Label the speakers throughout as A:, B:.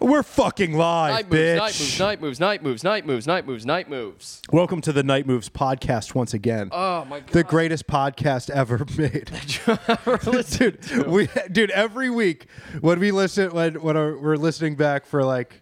A: We're fucking live,
B: Night
A: bitch.
B: moves, night moves, night moves, night moves, night moves, night moves.
A: Welcome to the Night Moves podcast once again.
B: Oh my god.
A: the greatest podcast ever made, dude. We, dude, every week when we listen, when when our, we're listening back for like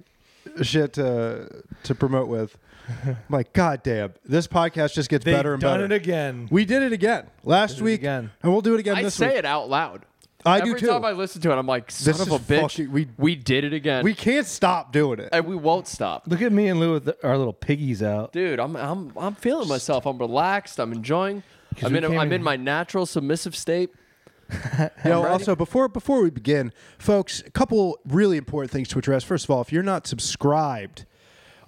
A: shit to to promote with, I'm like, god damn, this podcast just gets
C: They've
A: better and
C: done
A: better.
C: it again.
A: We did it again last
C: it
A: week,
C: again.
A: and we'll do it again
B: I
A: this
B: say
A: week.
B: it out loud.
A: I do
B: Every
A: too.
B: time I listen to it, I'm like, son
A: This
B: of
A: is
B: a bitch.
A: fucking-
B: we,
A: we-
B: did it again.
A: we can't stop doing it.
B: and we won't stop.
C: Look at me and Lou with the, our little piggies out.
B: Dude, I'm I'm I'm feeling myself. I'm relaxed. I'm enjoying. I'm
C: we
B: in a,
C: came
B: I'm
C: in-
B: in my natural submissive state.
A: Yo, also before before we begin, folks, a couple really important things to address. First of all, if you're not subscribed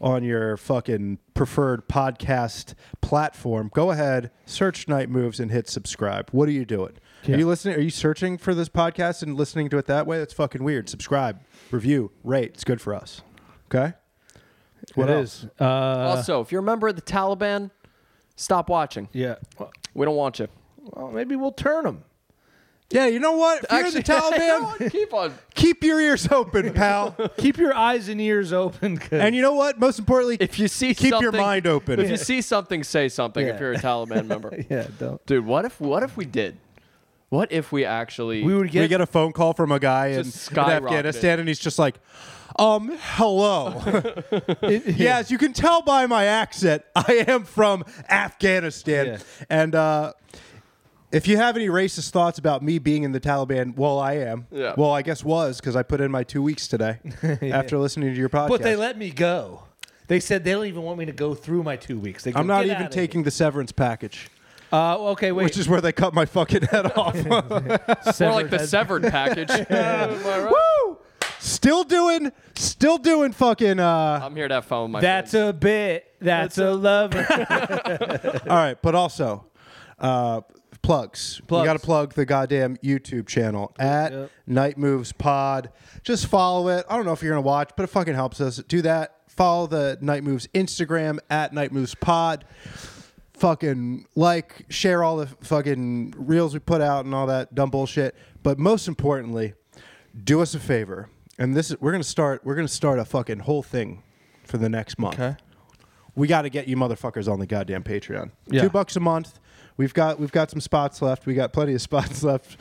A: on your fucking preferred podcast platform, go ahead, search Night Moves and hit subscribe. What are you doing?
C: Yeah.
A: Are you listening? Are you searching for this podcast and listening to it that way? That's fucking weird. Subscribe, review, rate. It's good for us. Okay. What
C: It
A: else?
C: is. Uh,
B: also, if you're a member of the Taliban, stop watching.
C: yeah. Well,
B: We don't want you.
C: well, maybe we'll turn them.
A: Yeah, you know what? If you're in the Taliban,
B: keep on.
A: keep your ears open, pal.
C: Keep your eyes and ears open. 'cause-
A: and you know what? Most importantly,
B: If you see
A: keep your
B: something-
A: mind open.
B: If you see something, say something. If
C: Yeah.
B: you're a Taliban member,
C: yeah, don't.
B: dude, what if what if we did? What if we actually
C: We would
A: we
C: get.
A: get a phone call from a guy in,
B: Just
A: in
B: skyrocketed.
A: Afghanistan, and he's just like, "Um, hello.
C: it-
A: yeah, as you can tell by my accent, I am from Afghanistan."
C: Yeah.
A: And uh, if you have any racist thoughts about me being in the Taliban, well, I am.
B: Yeah.
A: Well, I guess was because I put in my two weeks today after listening to your podcast.
C: But they let me go. They said they don't even want me to go through my two weeks. They go,
A: I'm not
C: "Get
A: even
C: outta
A: taking the severance package,
C: here." Uh, okay, wait.
A: which is where they cut my fucking head off.
B: More like the severed package. Am I right?
A: Woo! Still doing, still doing fucking. Uh,
B: I'm here to have fun with my
C: That's
B: friends.
C: a bit. That's, a, lover.
A: All right, but also uh, plugs. You
C: Plugs.
A: got to plug the goddamn YouTube channel at
C: Yep.
A: Night Moves Pod. Just follow it. I don't know if you're gonna watch, but it fucking helps us. Do that. Follow the Night Moves Instagram at Night Moves Pod. Fucking like, share all the fucking reels we put out and all that dumb bullshit. But most importantly, do us a favor. And this is we're gonna start. We're gonna start a fucking whole thing for the next month we got to get you motherfuckers on the goddamn Patreon.
C: Yeah.
A: Two bucks a month. We've got we've got some spots left. We got plenty of spots left.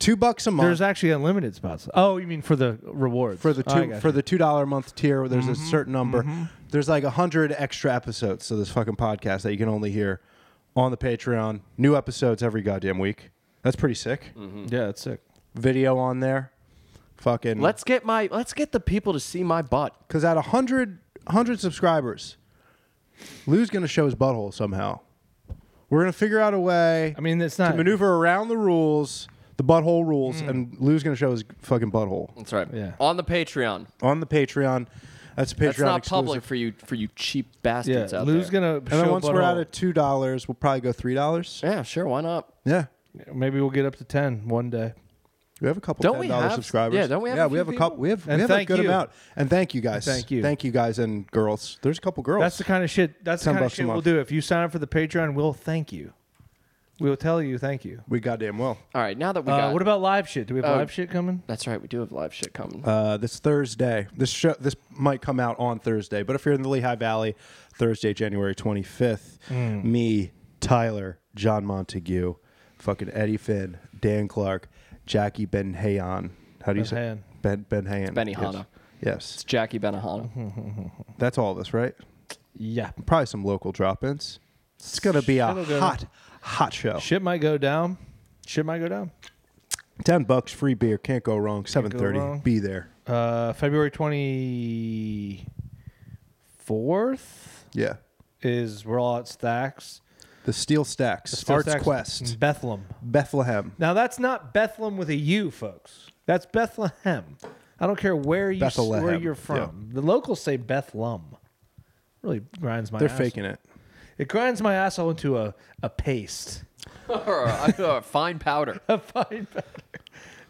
A: Two bucks a month
C: There's actually unlimited spots. Oh, you mean for the rewards?
A: for the
C: Oh, I
A: two
C: got
A: for
C: you. Mm-hmm.
A: the two dollar a month tier. There's a certain number. There's like a hundred extra episodes to this fucking podcast that you can only hear on the Patreon. New episodes every goddamn week. That's pretty sick.
C: yeah, it's sick.
A: Video on there. Fucking
B: Let's get my let's get the people to see my butt.
A: because at a hundred hundred subscribers, Lou's gonna show his butthole somehow. We're gonna figure out a way.
C: I mean, it's not.
A: to maneuver around the rules, the butthole rules,
B: Mm.
A: and Lou's gonna show his fucking butthole
B: That's right.
C: Yeah.
B: On the Patreon.
A: on the Patreon. That's Patreon
B: That's not
A: exclusive.
B: public for you for you cheap bastards
C: yeah,
B: out
C: Lou's
B: there.
C: gonna.
A: And
C: show
A: then once we're
C: butthole.
A: out of two dollars, we'll probably go three dollars.
B: yeah, sure, why not?
A: Yeah,
C: Maybe we'll get up to 10 one day.
A: we have a couple
B: Don't we
A: ten dollar
B: have-
A: subscribers.
B: yeah, don't we have
A: Yeah,
B: a
A: we have
B: few
A: a couple. We have
C: And
A: we have a
C: thank
A: good
C: you.
A: amount. And thank you guys.
C: Thank you.
A: thank you guys and girls. There's a couple girls.
C: That's the kind of shit. That's the
A: 10
C: kind of
A: bucks a
C: shit we'll
A: month.
C: do. If you sign up for the Patreon, we'll thank you. We'll tell you thank you.
A: we goddamn well.
B: All right, now that we
C: Uh,
B: got
C: what about live shit? Do we have
B: Oh.
C: live shit coming?
B: That's right, we do have live shit coming.
A: Uh, this Thursday, this show, this might come out on Thursday. But if you're in the Lehigh Valley, Thursday, January 25th, me, Tyler, John Montague, fucking Eddie Finn, Dan Clark, Jackie Ben Hayan. How do you say
C: Benhayan.
A: Ben Ben Hayan?
B: Benihana.
A: Yes.
B: it's Jackie Benahana.
C: Mm-hmm.
A: yes, that's all of us, right?
C: Yeah.
A: Probably some local drop-ins. It's gonna be a
C: It'll go-
A: hot, hot show.
C: Oh. Shit might go down. Shit might go down.
A: Ten bucks, free beer, can't go wrong. Seven
C: wrong.
A: thirty, be there.
C: Uh, February 24th
A: Yeah,
C: is we're all at Stacks.
A: the Steel Stacks,
C: Still
A: Arts
C: Stacks, Mm.
A: Quest,
C: Bethlehem.
A: Bethlehem.
C: Now that's not Bethlehem with a U, folks. That's Bethlehem. I don't care where you
A: Bethlehem,
C: where you're from. The locals say Bethlehem. Really grinds my.
A: They're
C: ass-
A: faking it.
C: It grinds my asshole into a a paste.
B: Or, uh, fine powder.
C: A fine.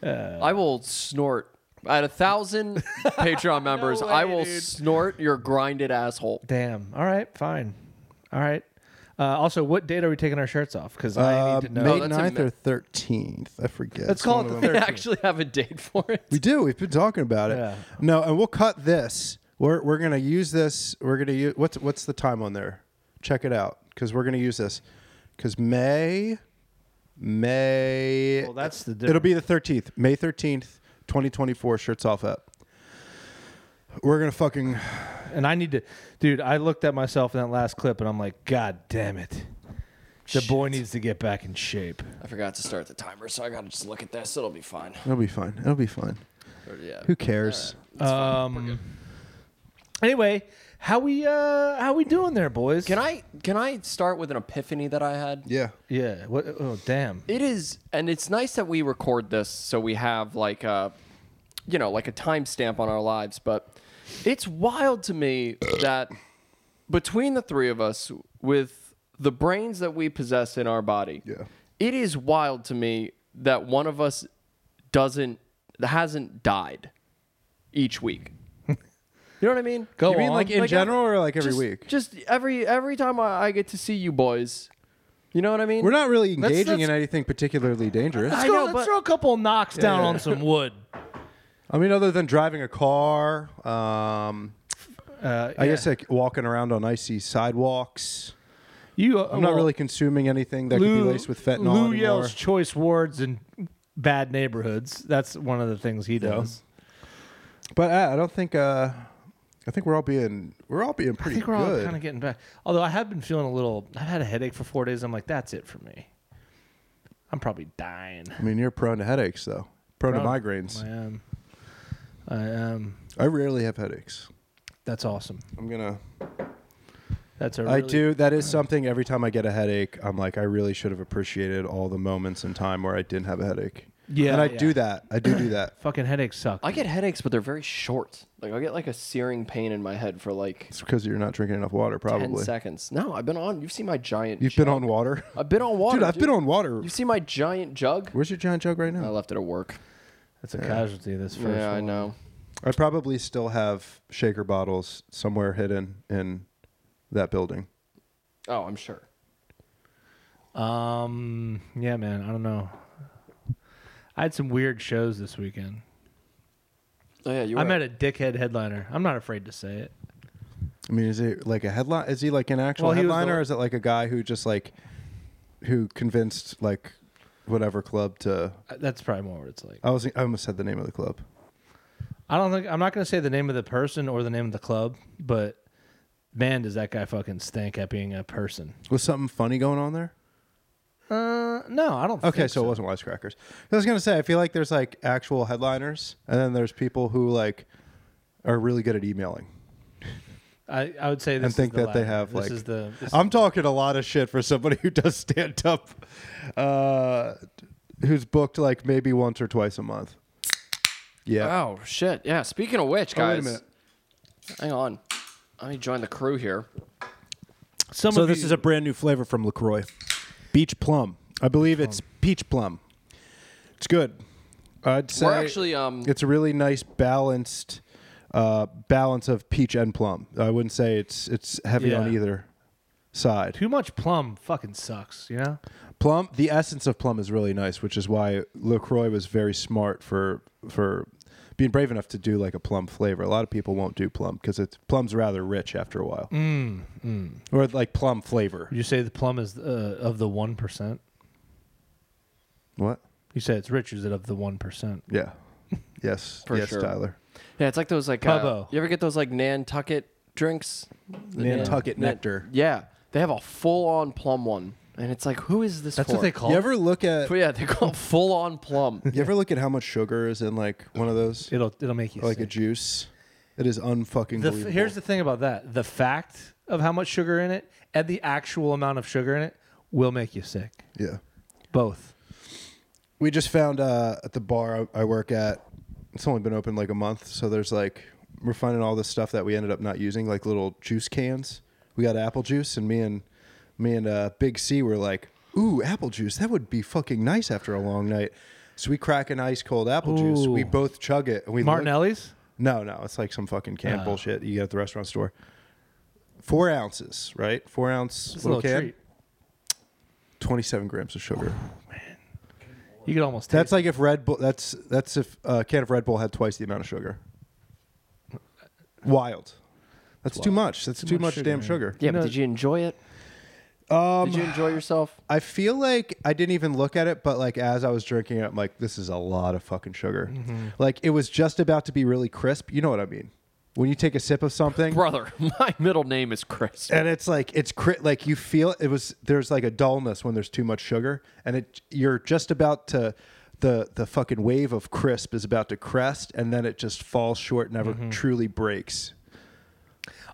B: I will snort At a thousand Patreon members, I
A: way,
B: will
A: dude.
B: snort your grinded asshole.
C: Damn. All right. Fine. All right. Uh, also, what date are we taking our shirts off? Because I
A: Uh,
C: need to know.
A: May
B: that's in
A: 9th
B: May.
A: or 13th. I forget.
C: Let's call
A: One
C: it
A: of
C: the
A: them.
B: I
C: third.
B: actually have a date for it.
A: We do. We've been talking about it.
C: Yeah.
A: No, and we'll cut this. We're we're gonna use this. We're gonna use what's what's the time on there? Check it out because we're gonna use this because May May.
C: Well, that's the
A: it'll be the thirteenth, May thirteenth, twenty twenty four. Shirts off up. We're gonna fucking
C: And I need to, dude. I looked at myself in that last clip, and I'm like, God damn it, the boy needs to get back in shape.
B: I forgot to start the timer, so I gotta just look at this. It'll be fine.
A: it'll be fine. It'll be fine.
B: Or, yeah.
A: Who cares?
C: Um. Anyway, how we uh how we doing there, boys?
B: Can I can I start with an epiphany that I had?
A: Yeah.
C: Yeah. What? Oh, damn.
B: It is, and it's nice that we record this, so we have like a, you know, like a timestamp on our lives. But it's wild to me that between the three of us, with the brains that we possess in our body,
A: Yeah.
B: it is wild to me that one of us doesn't hasn't died each week. You know what I mean?
C: Go
A: you mean
C: on.
A: like in
B: Like,
A: general or like every
B: just,
A: week?
B: Just every every time I, I get to see you boys, you know what I mean?
A: We're not really
C: Let's-
A: engaging in
C: let's-
A: anything particularly dangerous.
C: Let's
B: I
C: go.
B: know,
C: let's
B: but-
C: throw a couple knocks down on some wood.
A: I mean, other than driving a car, um,
C: Uh,
A: I guess like walking around on icy sidewalks.
C: you.
A: I'm not really consuming anything that could be laced with fentanyl
C: Lou
A: anymore.
C: yells choice words in bad neighborhoods. That's one of the things he does.
A: But uh, I don't think. Uh, I think we're all being we're all being
C: I
A: pretty
C: think we're all
A: good.
C: kind of getting back. Although I have been feeling a little. I've had a headache for four days. I'm like, that's it for me. I'm probably dying.
A: I mean, you're prone to headaches though. Prone, to migraines.
C: I am. I am.
A: I rarely have headaches.
C: That's awesome.
A: I'm gonna.
C: That's a.
A: I
C: really-
A: do. That is something. Every time I get a headache, I'm like, I really should have appreciated all the moments in time where I didn't have a headache.
C: Yeah,
A: and I
C: yeah.
A: do that. I do do that.
C: Fucking headaches suck.
B: I get headaches, but they're very short. Like I get like a searing pain in my head for like
A: It's because you're not drinking enough water,
B: ten
A: probably.
B: seconds. No, I've been on. You've seen my giant.
A: You've
B: jug.
A: been on water,
B: I've been on water,
A: dude. I've been on water.
B: You've seen my giant jug.
A: Where's your giant jug right now?
B: I left it at work.
C: That's a casualty. This first
B: yeah, I
C: one.
B: know.
A: I probably still have shaker bottles somewhere hidden in that building.
B: Oh, I'm sure.
C: Um. Yeah, man. I don't know. I had some weird shows this weekend.
B: Oh yeah, you. Were
C: I met a dickhead headliner. I'm not afraid to say it.
A: I mean, is it like a headline? Is he like an actual
C: Well, he was
A: headliner,
C: the-
A: or is it like a guy who just like who convinced like whatever club to?
C: Uh, That's probably more what it's like.
A: I was I almost said the name of the club.
C: I don't think I'm not going to say the name of the person or the name of the club, but man, does that guy fucking stink at being a person.
A: Was something funny going on there?
C: Uh, no, I don't.
A: Okay,
C: think
A: so it wasn't Wisecrackers. I was gonna say I feel like there's like actual headliners, and then there's people who like are really good at emailing.
C: I, I would say this
A: and
C: is
A: think
C: the
A: that they
C: latter.
A: have
C: this
A: like
C: is the this-
A: I'm talking a lot of shit for somebody who does stand up uh who's booked like maybe once or twice a month. Yeah.
B: Oh shit! Yeah. Speaking of which,
A: Oh,
B: guys,
A: wait a minute.
B: hang on. I need to join the crew here.
C: some
A: So
C: of
A: this
C: you-
A: is a brand new flavor from LaCroix. Beach plum. I believe it's peach plum. It's good. I'd say
B: We're actually um.
A: it's a really nice balanced uh balance of peach and plum. I wouldn't say it's it's heavy
C: Yeah.
A: on either side.
C: too much plum fucking sucks. You know,
A: plum the essence of plum is really nice which is why lacroix was very smart for for being brave enough to do like a plum flavor a lot of people won't do plum because it's plum's rather rich after a while mm, or like plum flavor
C: you say the plum is uh, of the one percent.
A: what
C: You say it's rich. Is it of the one percent?
A: yeah yes
B: For
A: yes
B: sure.
A: tyler
B: Yeah, it's like those like. Uh,
C: Pubbo.
B: you ever get those like Nantucket drinks? The
A: Nantucket
B: Nan-
A: nectar.
B: Yeah, they have a full-on plum one, and it's like, who is this?
C: That's
B: for?
C: what they call.
A: you
C: it.
A: ever look at
B: But yeah, they call it full-on plum.
A: you ever look at how much sugar is in like one of those
C: It'll it'll make you
A: or like a
C: sick.
A: juice it is unfucking
C: The f-
A: believable.
C: here's the thing about that: the fact of how much sugar in it and the actual amount of sugar in it will make you sick.
A: yeah
C: Both.
A: we just found uh, at the bar I, I work at. It's only been open like a month, so there's like we're finding all this stuff that we ended up not using, like little juice cans. We got apple juice, and me and me and uh, Big C were like, "Ooh, apple juice! That would be fucking nice after a long night." So we crack an ice cold apple juice. We
C: Ooh.
A: both chug it. And we look-
C: Martinelli's.
A: No, no, it's like some fucking canned
C: Oh.
A: bullshit you get at the restaurant store. Four ounces, right? Four ounce
C: It's a
A: little,
C: little
A: can.
C: treat.
A: Twenty-seven grams of sugar.
C: You could almost taste.
A: That's like if Red Bull. That's that's if a can of Red Bull had twice the amount of sugar. Wild. That's too much. That's too,
C: much
A: much,
C: sugar,
A: damn
C: man.
A: sugar.
B: Yeah,
C: No.
B: but did you enjoy it?
A: Um,
B: Did you enjoy yourself?
A: I feel like I didn't even look at it, but like as I was drinking it, I'm like, this is a lot of fucking sugar. Like it was just about to be really crisp. You know what I mean? When you take a sip of something,
B: Brother, my middle name is Chris.
A: and it's like it's cri- like you feel it was there's like a dullness when there's too much sugar, and it you're just about to the the fucking wave of crisp is about to crest, and then it just falls short, never
C: Mm-hmm.
A: truly breaks.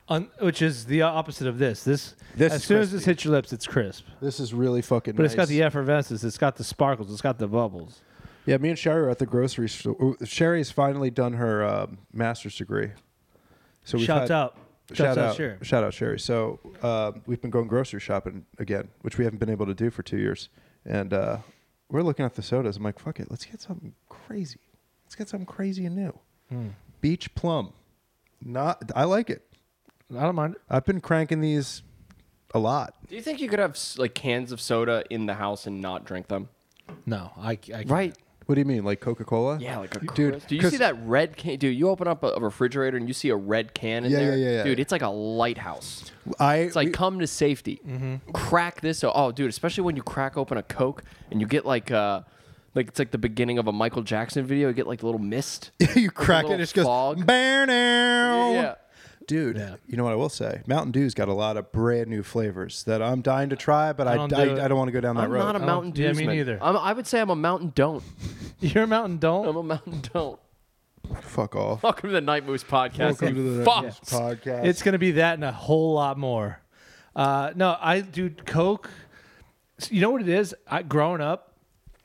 C: Un- which is the opposite of this. This,
A: This
C: as
A: is
C: soon as this
A: crispy.
C: hits your lips, it's crisp.
A: This is really fucking.
C: But it's got
A: nice.
C: the effervescence. It's got the sparkles. It's got the bubbles.
A: Yeah, me and Sherry are at the grocery store. Sherry's finally done her um master's degree. So we've
C: Shouts
A: had-
C: out.
A: Shout
C: Shouts
A: out,
C: Sure.
A: shout out, Sherry. So uh, we've been going grocery shopping again, which we haven't been able to do for two years, and uh, we're looking at the sodas. I'm like, fuck it, let's get something crazy. Let's get something crazy and new.
B: Hmm.
A: Beach plum, not I like it.
C: I don't mind. it.
A: I've been cranking these a lot.
B: Do you think you could have s- like cans of soda in the house and not drink them?
C: No, I, I can't.
B: Right.
A: What do you mean, like Coca Cola?
B: Yeah, like a
A: dude.
B: crisp. Do you
A: 'cause-
B: see that red can? Dude, you open up a, a refrigerator and you see a red can in
A: Yeah,
B: there.
A: yeah, yeah, yeah.
B: Dude, it's like a lighthouse.
A: I
B: It's like come to safety.
A: Mm-hmm.
B: Crack this. o- Oh, dude, especially when you crack open a Coke and you get like uh like it's like the beginning of a Michael Jackson video. You get like a little mist.
A: you crack it,
B: little
A: it just goes
B: fog.
A: "Bear now.
B: Yeah.
A: Dude,
C: Yeah.
A: you know what I will say? Mountain Dew's got a lot of brand new flavors that I'm dying to try, but I, I,
C: don't
A: don't,
C: do it.
A: I, don't want to go down that
B: I'm
A: road.
B: not a
C: don't-
B: Mountain Dew.
C: Oh, yeah, me neither.
B: I'm, I would say I'm a Mountain Don't.
C: You're a mountain
B: I'm
C: don't.
B: a Mountain Don't.
A: Fuck off.
B: Welcome to the Night Moose podcast.
A: Welcome to
B: you
A: the
B: fucks.
A: podcast.
C: It's gonna be that and a whole lot more. Uh, no, I dude, Coke. You know what it is? I growing up,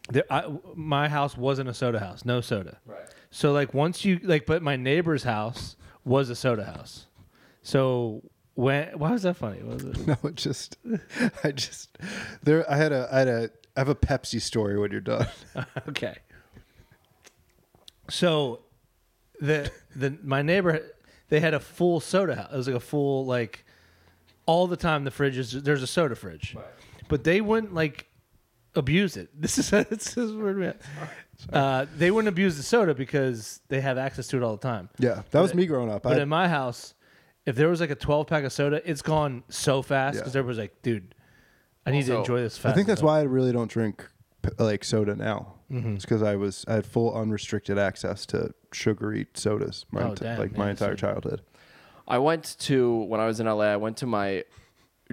C: there, I, my house wasn't a soda house. No soda. Right. So like once you like, but my neighbor's house was a soda house. So when why was that funny? What was it?
A: no, it just I just there I had a I had a I have a Pepsi story when you're done.
C: okay. So the the my neighbor they had a full soda house. It was like a full like all the time the fridge is there's a soda fridge. But they wouldn't like abuse it. This is this is weird man. Uh, they wouldn't abuse the soda because they have access to it all the time.
A: yeah, that was me growing up.
C: But
A: I,
C: in my house, if there was like a 12 pack of soda, it's gone so fast because
A: Yeah.
C: everybody's like, dude, I need to
B: Also,
C: enjoy this fast.
A: I think that's
C: So-
A: why I really don't drink p- like soda now.
C: Mm-hmm.
A: It's because I was I had full unrestricted access to sugary sodas my
C: Oh,
A: enti-
C: damn,
A: like
C: man,
A: my
C: that's
A: entire childhood.
B: I went to when I was in LA. I went to my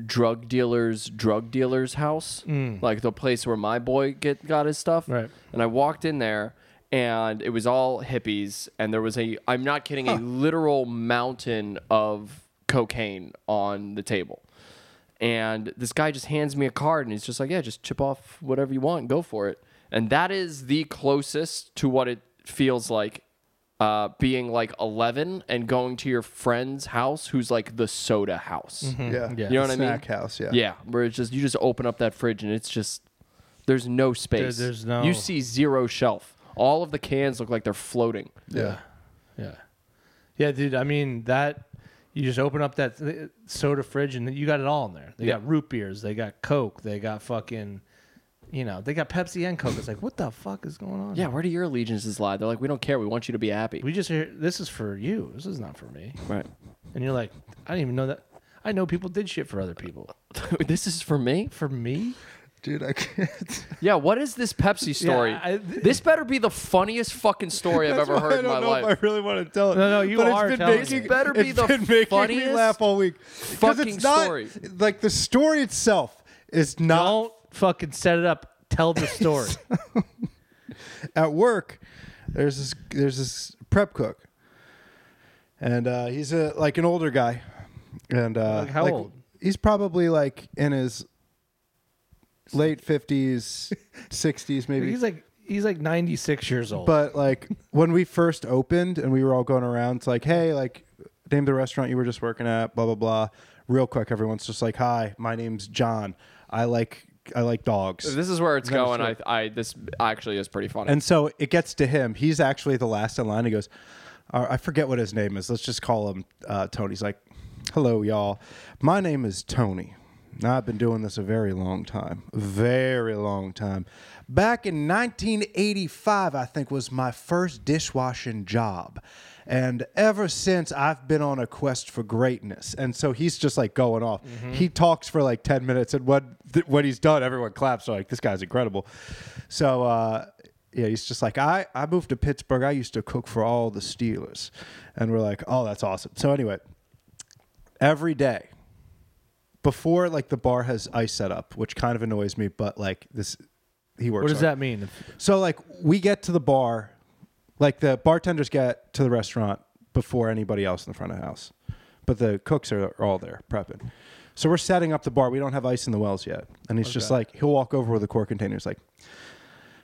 B: drug dealer's drug dealer's house, like the place where my boy get got his stuff.
C: Mm. Right.
B: And I walked in there, and it was all hippies, and there was a I'm not kidding a literal mountain of cocaine on the table. And this guy just hands me a card, and he's just like, "Yeah, just chip off whatever you want, and go for it." And that is the closest to what it feels like uh, being like 11 and going to your friend's house who's like the soda house.
A: Mm, Yeah.
C: Yeah.
B: You know what I mean?
A: Snack house, yeah.
B: Yeah, where it's just you just open up that fridge and it's just there's no space.
C: there's no-
B: You see zero shelf. All of the cans look like they're floating.
A: Yeah.
C: Yeah. Yeah, dude. I mean, that you just open up that th- soda fridge and you got it all in there. They got root beers, they got Coke, they got fucking, you know, they got Pepsi and Coke. It's like, what the fuck is going on?
B: Yeah, where do your allegiances lie? They're like, we don't care. We want you to be happy.
C: We just hear this is for you. This is not for me.
B: right.
C: And you're like, I didn't even know that. I know people did shit for other people.
B: this is for me.
C: For me?
A: Dude, I can't.
B: Yeah. What is this Pepsi story?
C: I-
B: this better be the funniest fucking story I've
A: That's
B: ever
A: why
B: heard in my life.
A: I really want to tell it.
C: No, no, you
A: but
C: are
A: It's been
C: telling
A: making,
C: it.
B: Better be
A: it's
B: the
A: been making me
B: funniest
A: laugh all week. 'Cause
B: fucking
A: it's not,
B: story.
A: Like the story itself is not.
C: Don't fucking set it up. Tell the story.
A: At work, there's this there's this prep cook, and uh, he's a like an older guy, and uh,
C: Like, how old?
A: He's probably like in his late fifties, sixties, maybe.
C: he's like he's like 96 years old.
A: But like when we first opened and we were all going around, it's like, hey, like name the restaurant you were just working at, blah blah blah. Real quick, everyone's just like, hi, my name's John. I like I like dogs.
B: This is where it's going. I, I this actually is pretty funny.
A: And so it gets to him. He's actually the last in line. He goes, uh, I forget what his name is. Let's just call him uh, Tony. He's like, Hello, y'all. My name is Tony. Now, I've been doing this a very long time. Very long time. Back in 1985, I think, was my first dishwashing job. And ever since, I've been on a quest for greatness. And so he's just like going off. He talks for like 10 minutes, and when, th- when he's done, everyone claps. They're like, this guy's incredible. So, uh, yeah, he's just like, I, I moved to Pittsburgh. I used to cook for all the Steelers. And we're like, oh, that's awesome. So, anyway, every day before, like, the bar has ice set up, which kind of annoys me, but like, this, he works.
C: What does
A: hard.
C: that mean?
A: So like we get to the bar, like the bartenders get to the restaurant before anybody else in the front of the house, but the cooks are, are all there prepping. So we're setting up the bar. We don't have ice in the wells yet, and he's just like he'll walk over with a quart container. He's like,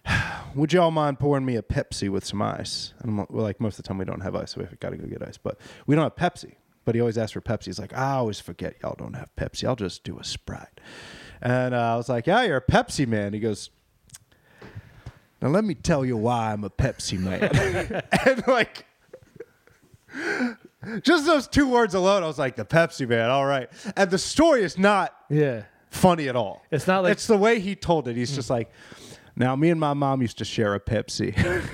A: "Would y'all mind pouring me a Pepsi with some ice?" And I'm like, well, like most of the time we don't have ice, so we've got to go get ice, but we don't have Pepsi. But he always asks for Pepsi. He's like, "I always forget y'all don't have Pepsi. I'll just do a Sprite." And uh, I was like, "Yeah, you're a Pepsi man." He goes, now let me tell you why I'm a Pepsi man. and like just those two words alone, I was like, the Pepsi man, all right. And the story is not
C: Yeah.
A: funny at all.
C: It's not like- Mm.
A: it's the way he told it. He's just like, now me and my mom used to share a Pepsi.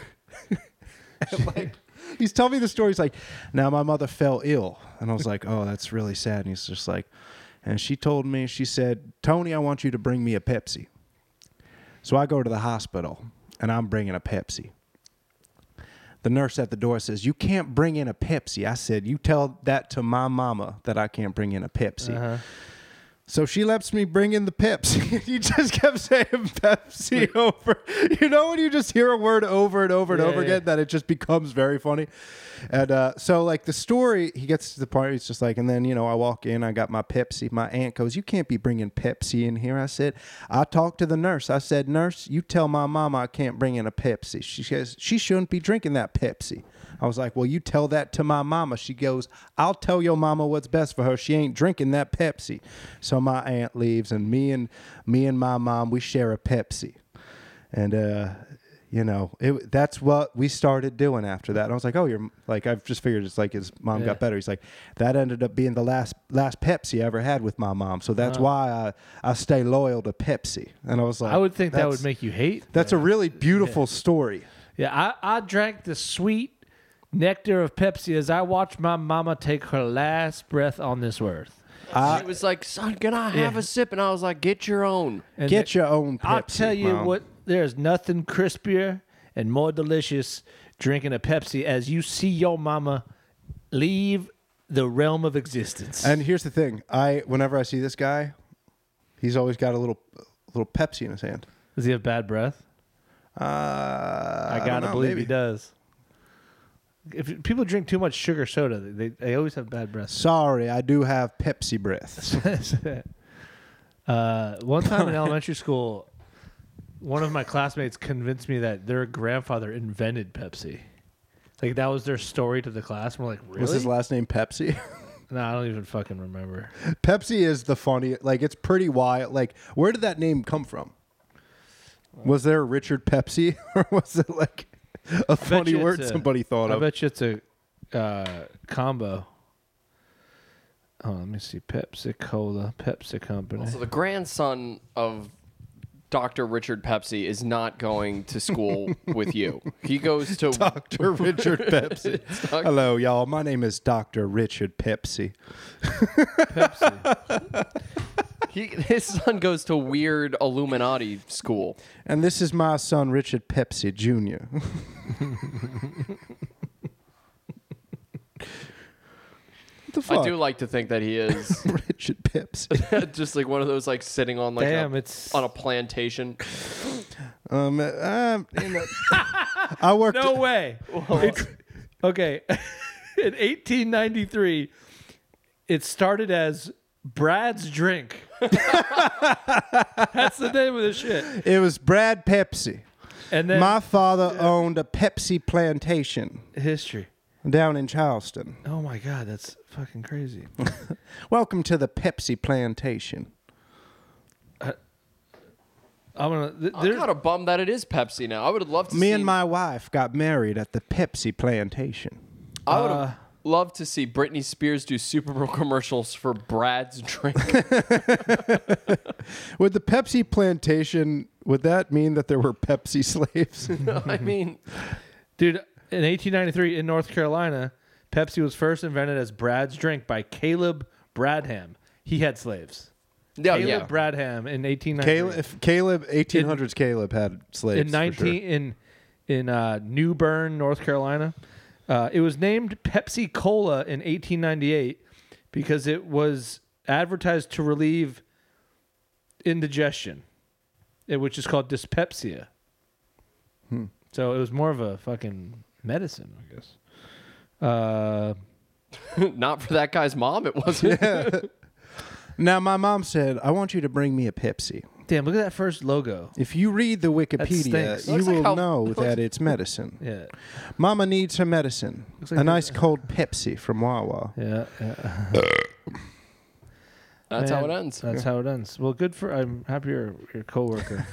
A: And, like, he's telling me the story. He's like, now my mother fell ill, and I was like, oh, that's really sad. And he's just like, and she told me, she said, Tony, I want you to bring me a Pepsi. So I go to the hospital, and I'm bringing a Pepsi. The nurse at the door says, You can't bring in a Pepsi. I said, You tell that to my mama that I can't bring in a Pepsi.
C: Uh-huh.
A: So she lets me bring in the Pepsi. he just kept saying Pepsi over. You know when you just hear a word over and over and
C: Yeah,
A: over
C: yeah.
A: again that it just becomes very funny. And uh, so like the story, he gets to the part. He's just like, and then you know I walk in, I got my Pepsi. My aunt goes, "You can't be bringing Pepsi in here." I said, I talked to the nurse. I said, "Nurse, you tell my mama I can't bring in a Pepsi." She says she shouldn't be drinking that Pepsi. I was like, "Well, you tell that to my mama." She goes, "I'll tell your mama what's best for her. She ain't drinking that Pepsi." So my aunt leaves, and me and me and my mom we share a Pepsi and uh you know it that's what we started doing after that and i was like oh you're like i've just figured it's like his mom
C: Yeah.
A: got better he's like that ended up being the last last pepsi i ever had with my mom so that's why i i stay loyal to pepsi and i was like
C: I would think that
A: that's-
C: would make you hate.
A: that's a really beautiful story
C: Yeah, I, I drank the sweet nectar of Pepsi as I watched my mama take her last breath on this earth.
B: she was like, "Son, can I have
C: Yeah.
B: a sip?" And I was like, "Get your own."
C: And
A: get your own pepsi
C: I'll tell you
A: Mom.
C: what, there's nothing crispier and more delicious drinking a Pepsi as you see your mama leave the realm of existence.
A: and here's the thing i whenever i see this guy he's always got a little little pepsi in his hand
C: Does he have bad breath?
A: uh, I
C: I
A: don't
C: gotta
A: know,
C: believe
A: maybe.
C: he does. If people drink too much sugar soda, they, they always have bad breath.
A: Sorry, I do have Pepsi breath.
C: uh, one time in elementary school, one of my classmates convinced me that their grandfather invented Pepsi. Like that was their story to the class. We're like, really?
A: What's his last name? Pepsi.
C: no, I don't even fucking remember.
A: Pepsi is the funny. Like it's pretty wild. Like where did that name come from? Was there a Richard Pepsi, or was it like a funny
C: you
A: word
C: it's a-
A: somebody thought
C: I
A: of?
C: bet you it's a uh, combo. Oh, let me see. Pepsi Cola, Pepsi Company.
B: So the grandson of Dr. Richard Pepsi is not going to school with you. He goes to
A: Doctor Richard Pepsi.
B: doc-
A: Hello, y'all. My name is Doctor Richard Pepsi.
C: Pepsi.
B: he, his son goes to weird Illuminati school.
A: And this is my son, Richard Pepsi Jr. what the fuck?
B: I do like to think that he is
A: Richard Pepsi.
B: just like one of those like sitting on like uh,
C: Damn,
B: a,
C: it's
B: on a plantation.
A: Um, I'm in a- I worked.
C: no way. It's- okay, in 1893, it started as Brad's Drink. That's the name of the shit.
A: It was Brad Pepsi.
C: And then
A: My father owned a Pepsi plantation
C: history.
A: down in Charleston.
C: Oh my god, that's fucking crazy.
A: Welcome to the Pepsi plantation.
C: I'm gonna. th-
B: I'm
C: there-
B: kind of bummed that it is Pepsi now. I would have loved to
A: Me
B: see,
A: and my wife got married at the Pepsi plantation.
B: I would
A: uh,
B: have loved to see Britney Spears do Super Bowl commercials for Brad's drink.
A: Would the Pepsi plantation would that mean that there were Pepsi slaves?
B: I mean,
C: Dude, in 1893 in North Carolina, Pepsi was first invented as Brad's drink by Caleb Bradham. He had slaves.
B: yeah,
C: Caleb
B: yeah.
C: Bradham in 1893.
A: Caleb, if Caleb, eighteen hundreds. Caleb had slaves.
C: in 19 in in uh, New Bern, North Carolina. Uh, it was named Pepsi Cola in 1898 because it was advertised to relieve indigestion, eh, which is called dyspepsia. So it was more of a fucking medicine, I guess. Uh,
B: Not for that guy's mom, it wasn't.
A: Now my mom said, "I want you to bring me a Pepsi."
C: damn, look at that first logo.
A: If you read the Wikipedia,
C: stinks.
A: you
B: Looks like
A: will
B: how-
A: know that it's medicine.
C: Yeah,
A: Mama needs her medicine.
C: Looks like
A: A nice cold Pepsi from Wawa.
C: yeah, yeah.
B: That's how it
C: And
B: ends.
C: That's how it ends. Well, good for. I'm happy your your coworker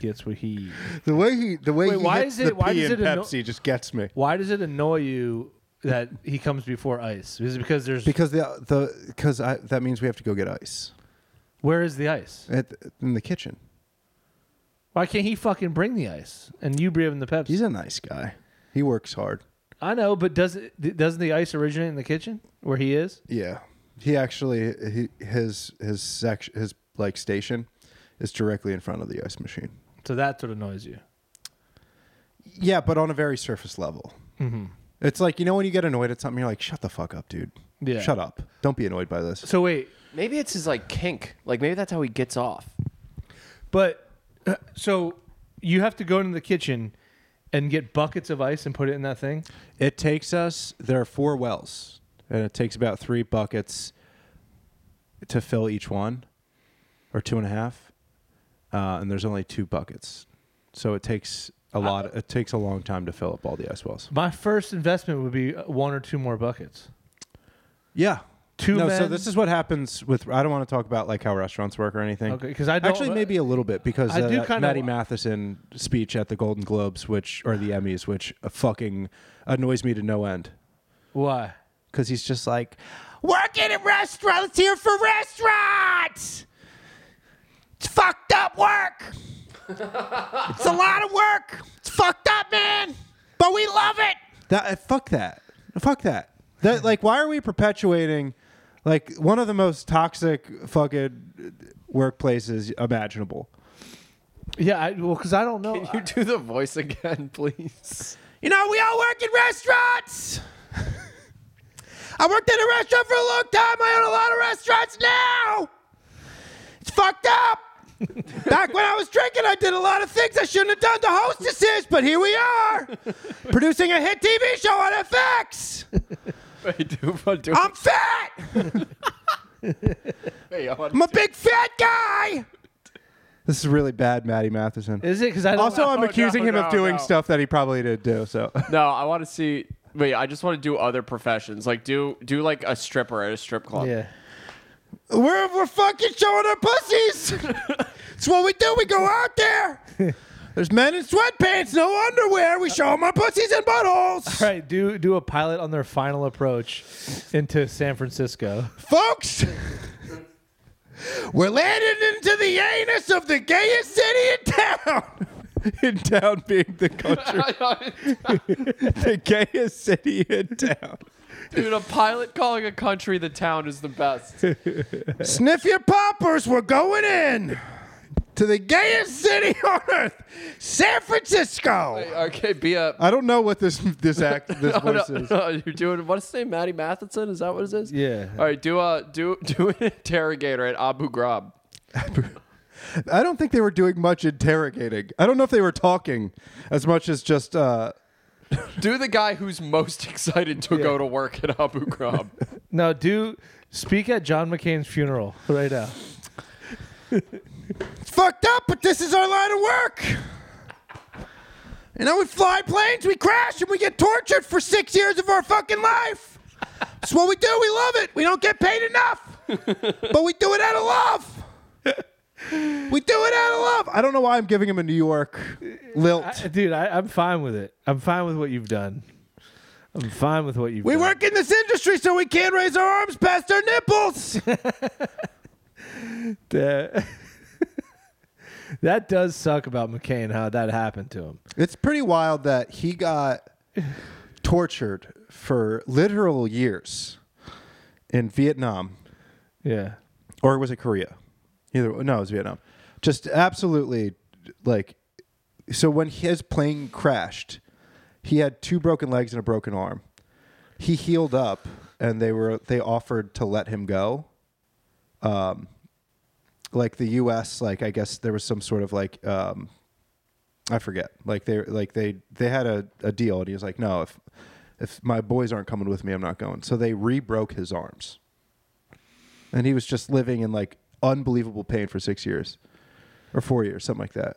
C: gets what he
A: The way he, the way
C: Wait,
A: he
C: why
A: hits
C: is it-
A: the
C: why
A: P
C: does
A: in
C: it anno-
A: Pepsi just gets me.
C: Why does it annoy you that he comes before ice? Is it because there's
A: Because the the because I that means we have to go get ice
C: where is the ice?
A: at, in the kitchen.
C: Why can't he fucking bring the ice and you bring him the Pepsi?
A: He's a nice guy. He works hard.
C: I know, but does it, th- doesn't the ice originate in the kitchen where he is?
A: Yeah, he actually he, his his section his like station is directly in front of the ice machine.
C: So that's what annoys you.
A: Yeah, but on a very surface level.
C: Mm-hmm.
A: It's like you know when you get annoyed at something, you're like, "Shut the fuck up, dude.
C: Yeah.
A: Shut up. Don't be annoyed by this."
C: So wait,
B: Maybe it's his like kink. Like maybe that's how he gets off.
C: but uh, so you have to go into the kitchen and get buckets of ice and put it in that thing.
A: It takes us. There are four wells, and it takes about three buckets to fill each one, or two and a half. Uh, and there's only two buckets, so it takes a lot. It takes a long time to fill up all the ice wells.
C: My first investment would be uh, one or two more buckets.
A: Yeah.
C: Two
A: no,
C: men.
A: so this is what happens with. I don't want to talk about like how restaurants work or anything.
C: okay because I don't,
A: Actually, maybe a little bit because
C: I
A: uh,
C: do
A: that
C: kinda
A: Maddie
C: wa-
A: Matheson speech at the Golden Globes, which or the Emmys, which fucking annoys me to no end.
C: why.
A: because he's just like working in restaurants here for restaurants. It's fucked up work. it's a lot of work. It's fucked up, man. But we love it. That uh, fuck that. Fuck that. That like why are we perpetuating like one of the most toxic fucking workplaces imaginable?
C: Yeah, I, well, because I don't know.
B: Can you do the voice again, please?
A: You know, we all work in restaurants. I worked at a restaurant for a long time. I own a lot of restaurants now. It's fucked up. Back when I was drinking, I did a lot of things I shouldn't have done to hostesses, but here we are, producing a hit TV show on FX.
B: Wait, do, do,
A: I'm fat.
B: wait, I wanna
A: I'm a big fat guy. This is really bad, Maddie Matheson.
C: Is it because I don't
A: also, I'm
B: no,
A: accusing him
B: no,
A: of doing
B: no.
A: stuff that he probably didn't do. So
B: No, I want to see. Wait, I just want to do other professions. Like do do like a stripper at a strip
A: uh,
B: club.
C: yeah.
A: We're, we're fucking showing our pussies. It's what we do. We go out there. There's men in sweatpants, no underwear. We show them our pussies and buttholes.
C: All right, do do a pilot on their final approach into San Francisco.
A: Folks, we're landing into the anus of the gayest city in town. In town being the country, the gayest city in town.
B: Dude, a pilot calling a country the town is the best.
A: Sniff your poppers, we're going in to the gayest city on earth, San Francisco.
B: okay, be a. Oh,
A: I don't know what this this act this
B: No, no,
A: voice is.
B: no, you're doing what's his name? Maddie Matheson? Is that what it is?
C: Yeah.
B: All right, do a do do an interrogator at Abu Ghraib.
A: I don't think they were doing much interrogating. I don't know if they were talking as much as just uh,
B: Do the guy who's most excited to go to work at Abu Ghraib.
C: No, do speak at John McCain's funeral right now.
A: it's fucked up, but this is our line of work. You know, we fly planes, we crash, and we get tortured for six years of our fucking life. It's what we do. We love it. We don't get paid enough, but we do it out of love. We do it out of love. I don't know why I'm giving him a New York lilt.
C: I- dude, I, I'm fine with it. I'm fine with what you've done. I'm fine with what you've
A: we
C: done.
A: work in this industry so we can't raise our arms past our nipples.
C: That, that does suck about McCain, how that happened to him.
A: It's pretty wild that he got tortured for literal years in Vietnam,
C: Yeah.
A: or was it Korea? Either no, it was Vietnam. Just absolutely like so when his plane crashed, he had two broken legs and a broken arm. He healed up, and they were they offered to let him go. Um, like the U.S., like I guess there was some sort of like um, I forget. Like they like they they had a, a deal and he was like, No, if if my boys aren't coming with me, I'm not going. So they re broke his arms. And he was just living in like unbelievable pain for six years or four years, something like that.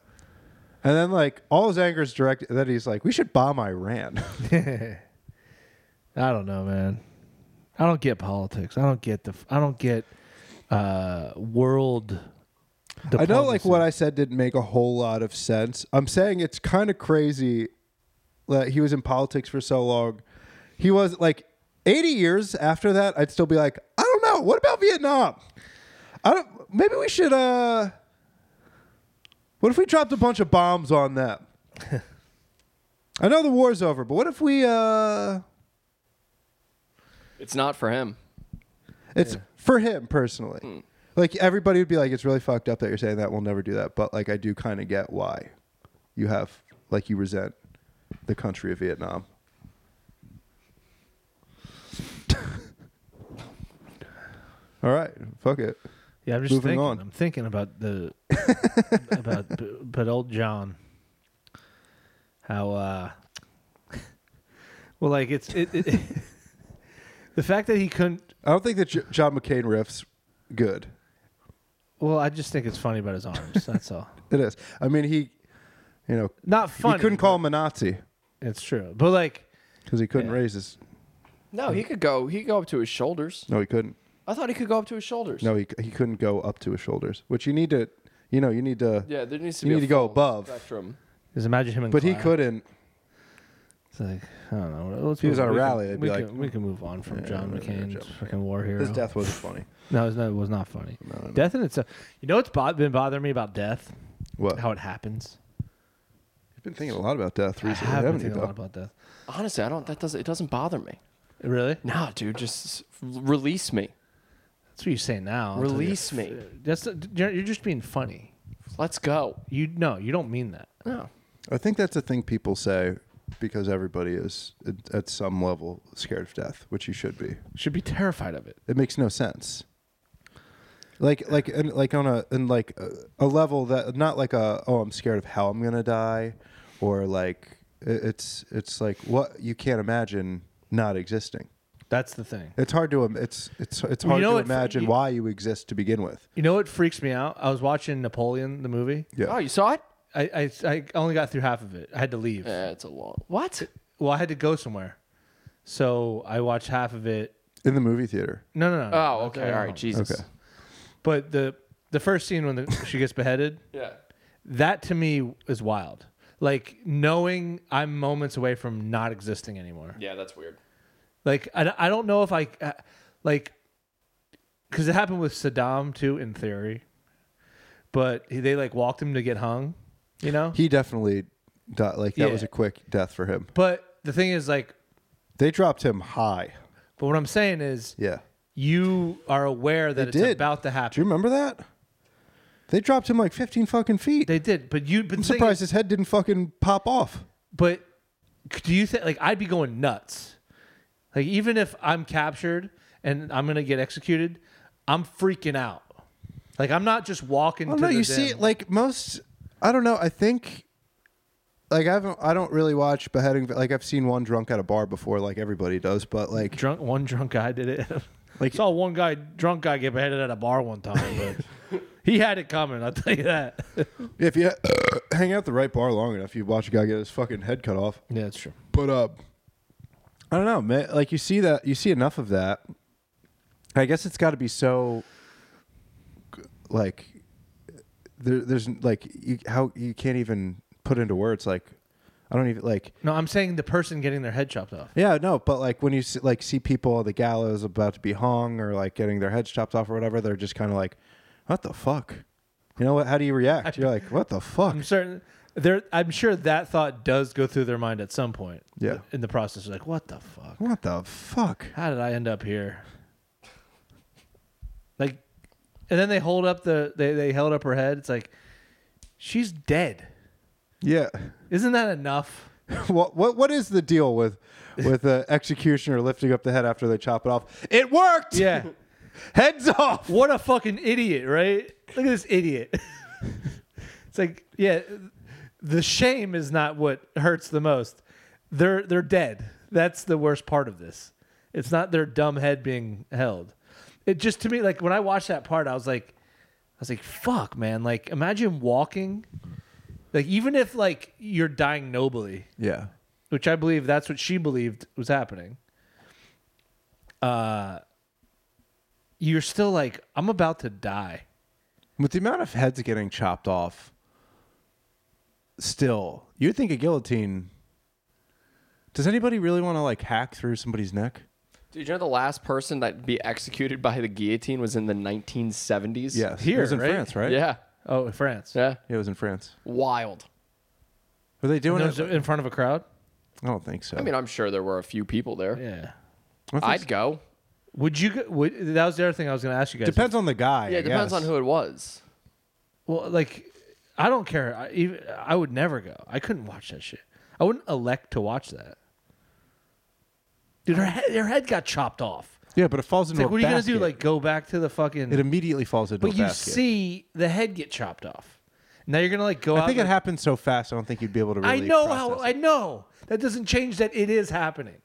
A: And then like all his anger is directed that he's like, We should bomb Iran.
C: I don't know, man. I don't get politics. I don't get the. f- I don't get uh, world.
A: I know like
C: diplomacy.
A: what I said didn't make a whole lot of sense. I'm saying it's kind of crazy that he was in politics for so long. He was like 80 years after that, I'd still be like, I don't know, what about Vietnam? I don't maybe we should uh what if we dropped a bunch of bombs on them? I know the war's over, but what if we uh
B: It's not for him.
A: It's for him personally.
C: Hmm.
A: Like everybody would be like, it's really fucked up that you're saying that. We'll never do that. But like, I do kind of get why you have like you resent the country of Vietnam. All right, fuck it.
C: Yeah, I'm just
A: Moving
C: thinking.
A: on.
C: I'm thinking about the about b- but old John. How uh well like it's it, it the fact that he couldn't
A: I don't think that J- John McCain riffs good.
C: well I just think it's funny about his arms. That's all.
A: It is. I mean, he, you know,
C: Not funny.
A: he couldn't call him a Nazi
C: It's true. But like
A: because he couldn't
C: Yeah.
A: raise his.
B: No, he could go. He could go up to his shoulders.
A: No, he couldn't.
B: I thought he could go up to his shoulders.
A: No, he he couldn't go up to his shoulders. Which you need to, you know, you need to.
B: Yeah, there needs to
A: You
B: be
A: need
B: a
A: to go
B: full
A: above.
B: spectrum.
C: just imagine him in
A: But he
C: class.
A: couldn't.
C: It's like I don't know.
A: If
C: Let's
A: he was
C: move-
A: on a
C: we can-
A: rally, it'd
C: we
A: be
C: can,
A: like,
C: we can move on from
A: yeah,
C: John
A: yeah,
C: McCain's
A: John McCain.
C: freaking war hero.
A: His death wasn't funny.
C: No, it was not, it was not funny.
A: No, no.
C: Death in itself. You know what's bo- been bothering me about death?
A: What?
C: How it happens.
A: I've been thinking a lot about death
C: I
A: recently,
C: have been
A: haven't you,
C: thinking a lot
A: though?
C: about death.
B: Honestly, I don't. That doesn't. It doesn't bother me.
C: Really?
B: Nah, dude, just r- release me.
C: That's what you say now. I'll tell you.
B: Release me.
C: That's you're you're just being funny.
B: Let's go.
C: You no, you don't mean that.
B: No.
A: I think that's a thing people say because everybody is at- at some level scared of death, which you should be.
C: You should be terrified of it.
A: It makes no sense. Like like and like on a and like a, a level that not like a oh I'm scared of how I'm gonna die, or like it- it's it's like what you can't imagine not existing.
C: That's the thing.
A: It's hard to im- it's it's it's
C: You
A: hard
C: know
A: to
C: what-
A: imagine
C: you-
A: why you exist to begin with.
C: You know what freaks me out? I was watching Napoleon the movie.
B: Oh, you saw it?
C: I I, I only got through half of it. I had to leave.
B: Yeah, it's a long. What?
C: Well, I had to go somewhere, so I watched half of it.
A: In the movie theater.
C: No, no, no. no,
B: Oh, okay.
C: I- I
B: All
C: don't.
B: right. Jesus.
A: Okay.
C: But the the first scene when the, she gets beheaded,
B: Yeah.
C: that to me is wild. Like knowing I'm moments away from not existing anymore.
B: Yeah, that's weird.
C: Like I, I don't know if I uh, like because it happened with Saddam too in theory, but he, they like walked him to get hung, you know.
A: He definitely died. Like that
C: Yeah.
A: was a quick death for him.
C: but the thing is, like,
A: They dropped him high.
C: but what I'm saying is,
A: Yeah.
C: you are aware that
A: They
C: it's
A: did.
C: about to
A: Do you
C: happen.
A: remember that? They dropped him like 15 fucking feet.
C: They did, but you. But
A: I'm
C: the thing is-
A: surprised his head didn't fucking pop off.
C: But do you think like I'd be going nuts? Like even if I'm captured and I'm gonna get executed, I'm freaking out. Like I'm not just walking.
A: I don't
C: to
A: know.
C: the
A: Oh, You see,
C: den.
A: like most, I don't know. I think, like I haven't. I don't really watch beheading. but, Like I've seen one drunk at a bar before, like everybody does. But like,
C: drunk one drunk guy did it.
A: Like-
C: Like saw one guy drunk guy get beheaded at a bar one time, but he had it coming. I'll tell you that. yeah,
A: if you hang out at the right bar long enough, you watch a guy get his fucking head cut off.
C: that's true.
A: But uh, I don't know, man. Like you see that, you see enough of that. I guess it's got to be so, like, there, there's like you, how you can't even put into words like I don't even like
C: No, I'm saying the person getting their head chopped off.
A: yeah no but like when you see, like see people on the gallows about to be hung or like getting their heads chopped off or whatever they're just kind of like what the fuck you know what how do you react you're like what the fuck
C: I'm certain there. I'm sure that thought does go through their mind at some point.
A: Yeah.
C: In the process, like, what the fuck?
A: what the fuck
C: How did I end up here? Like, and then they hold up the they they held up her head. It's like, she's dead.
A: yeah
C: Isn't that enough?
A: what what what is the deal with with the executioner lifting up the head after they chop it off it worked
C: Yeah.
A: heads off
C: what a fucking idiot, right? Look at this idiot. it's like, yeah, the shame is not what hurts the most. They're they're dead. That's the worst part of this. It's not their dumb head being held. It just to me like when I watched that part, I was like I was like, fuck, man. Like imagine walking. Like even if like you're dying nobly,
A: yeah
C: which I believe that's what she believed was happening. Uh, you're still like, I'm about to die.
A: with the amount of heads getting chopped off still you'd think a guillotine does anybody really want to like hack through somebody's neck
B: Did you know the last person that be executed by the guillotine was in the 1970s?
A: it
C: Here,
A: was in
C: right?
A: france right
B: Yeah.
C: Oh, in France,
B: Yeah.
A: Yeah, it was in france
B: Wild.
A: were they
C: And
A: doing
C: those
A: it
C: are in front of a crowd.
A: i don't think so
B: I mean, I'm sure there were a few people there.
C: Yeah.
A: I think
B: I'd go.
C: Would you? go- Would, that was the other thing I was going to ask you guys.
A: depends on the guy
B: Yeah,
A: I
B: it depends
A: guess.
B: on who it was.
C: Well, like, I don't care. I, even, I would never go. I couldn't watch that shit. I wouldn't elect to watch that. Dude, her head, her head got chopped off.
A: yeah but it falls
C: It's
A: into
C: like,
A: a
C: what are you gonna
A: basket.
C: do? Like, go back to the fucking.
A: it immediately falls into
C: But
A: a
C: you
A: basket
C: see the head get chopped off. Now you're gonna like go out.
A: i think it
C: and-
A: happened so fast i don't think you'd be able to really
C: I know how.
A: process
C: I
A: it.
C: know that doesn't change that it is happening.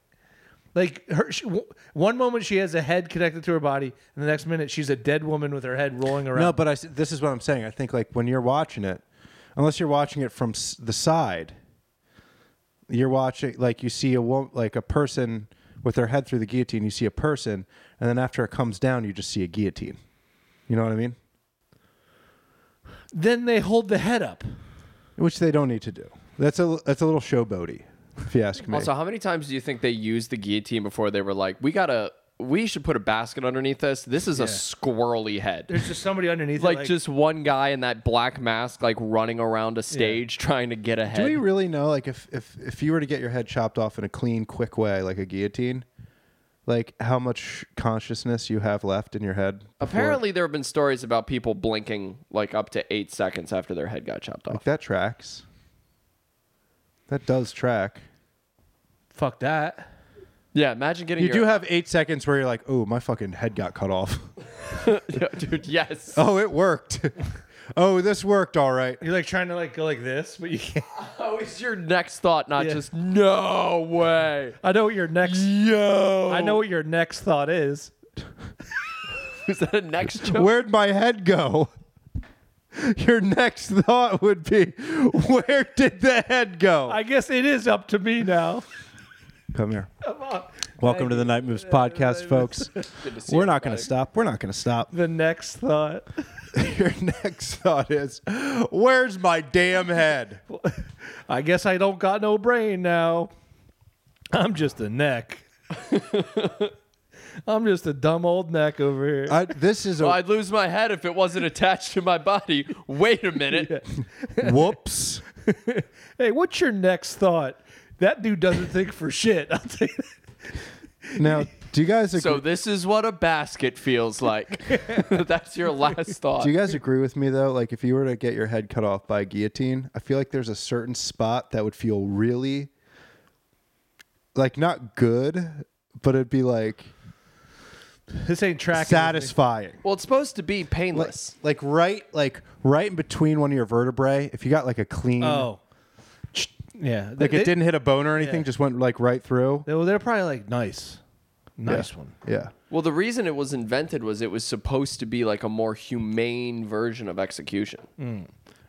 C: Like her, she, w- one moment she has a head connected to her body, and the next minute she's a dead woman with her head rolling around.
A: No, but I s this is what I'm saying. I think like when you're watching it, unless you're watching it from s- the side, you're watching like you see a wo- like a person with their head through the guillotine. You see a person, and then after it comes down, you just see a guillotine. You know what I mean?
C: then they hold the head up.
A: Which they don't need to do. That's a that's a little showboaty, if you ask me.
B: Also, how many times do you think they used the guillotine before they were like, we gotta, we should put a basket underneath this? This is a squirrely head.
C: There's just somebody underneath. it,
B: Like, just one guy in that black mask, like running around a stage trying to get
A: do
B: ahead.
A: we really know like if, if if you were to get your head chopped off in a clean, quick way, like a guillotine, like how much consciousness you have left in your head? before-
B: Apparently, there have been stories about people blinking like up to eight seconds after their head got chopped
A: Like
B: off.
A: that tracks. That does track.
C: fuck that.
B: Yeah, imagine getting
A: You do
B: your-
A: have eight seconds where you're like, "Oh, my fucking head got cut off."
B: Yeah, dude. Yes.
A: oh, it worked. oh, this worked all right.
C: You're like trying to like go like this, but you can't.
B: How is your next thought not
C: Yeah.
B: just no way?
C: I know what your next.
B: Yo.
C: I know what your next thought is.
B: Is that a next joke?
A: Where'd my head go? Your next thought would be, "Where did the head go?"
C: I guess it is up to me now.
A: Come here.
C: Come on.
A: Welcome to the Night Moves podcast, folks.
B: Good to see
A: We're not going to
B: everybody.
A: stop. We're not going to stop.
C: The next thought.
A: Your next thought is, "Where's my damn head?"
C: I guess I don't got no brain now. I'm just a neck. I'm just a dumb old neck over here.
A: I, this is a
B: Well, I'd lose my head if it wasn't attached to my body. Wait a minute.
A: whoops.
C: hey, what's your next thought? That dude doesn't think for shit. I'll tell you that.
A: Now, do you guys agree?
B: So this is what a basket feels like. That's your last thought.
A: Do you guys agree with me though? Like, if you were to get your head cut off by a guillotine, I feel like there's a certain spot that would feel really, like, not good, but it'd be like
C: This ain't tracking. with me.
A: satisfying.
B: well, it's supposed to be
A: Like,
B: painless.
A: like right, like right in between one of your vertebrae. If you got like a clean,
C: Oh. Ch- Yeah.
A: like
C: They-
A: it didn't hit a bone or anything,
C: Yeah.
A: just went like right through.
C: They, well, they're probably like, nice. Nice one.
A: Yeah.
B: Well, the reason it was invented was it was supposed to be like a more humane version of execution.
A: Hmm.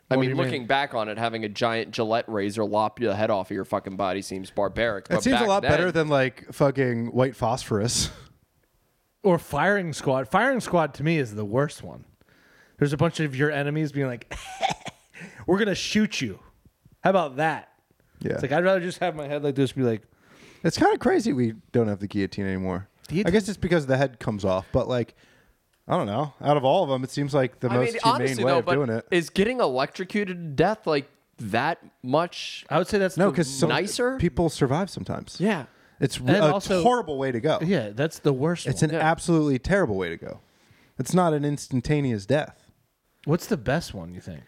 B: I
C: What do
B: mean,
C: you mean?
B: looking back on it, having a giant Gillette razor lop the head off of your fucking body seems barbaric.
A: That
B: but
A: seems a
B: back
A: lot
B: then-
A: better than like fucking white phosphorus.
C: Or firing squad. Firing squad to me is the worst one. There's a bunch of your enemies being like, "We're gonna shoot you." How about that?
A: Yeah.
C: It's like I'd rather just have my head like this, and be like,
A: It's kind of crazy we don't have the guillotine anymore.
C: you
A: I guess it's because the head comes off, but like, I don't know. Out of all of them, it seems like the
B: I
A: most
B: mean,
A: humane
B: honestly
A: way
B: though,
A: of
B: but
A: doing it.
B: is getting electrocuted to death like that much?
C: I would say that's
A: No,
C: the-
A: because
B: nicer?
A: people survive sometimes.
B: Yeah,
A: it's
C: then
A: a
C: also-
A: horrible way to go.
C: yeah, that's the worst.
A: It's
C: one.
A: an
B: Yeah.
A: absolutely terrible way to go. It's not an instantaneous death.
C: What's the best one you think?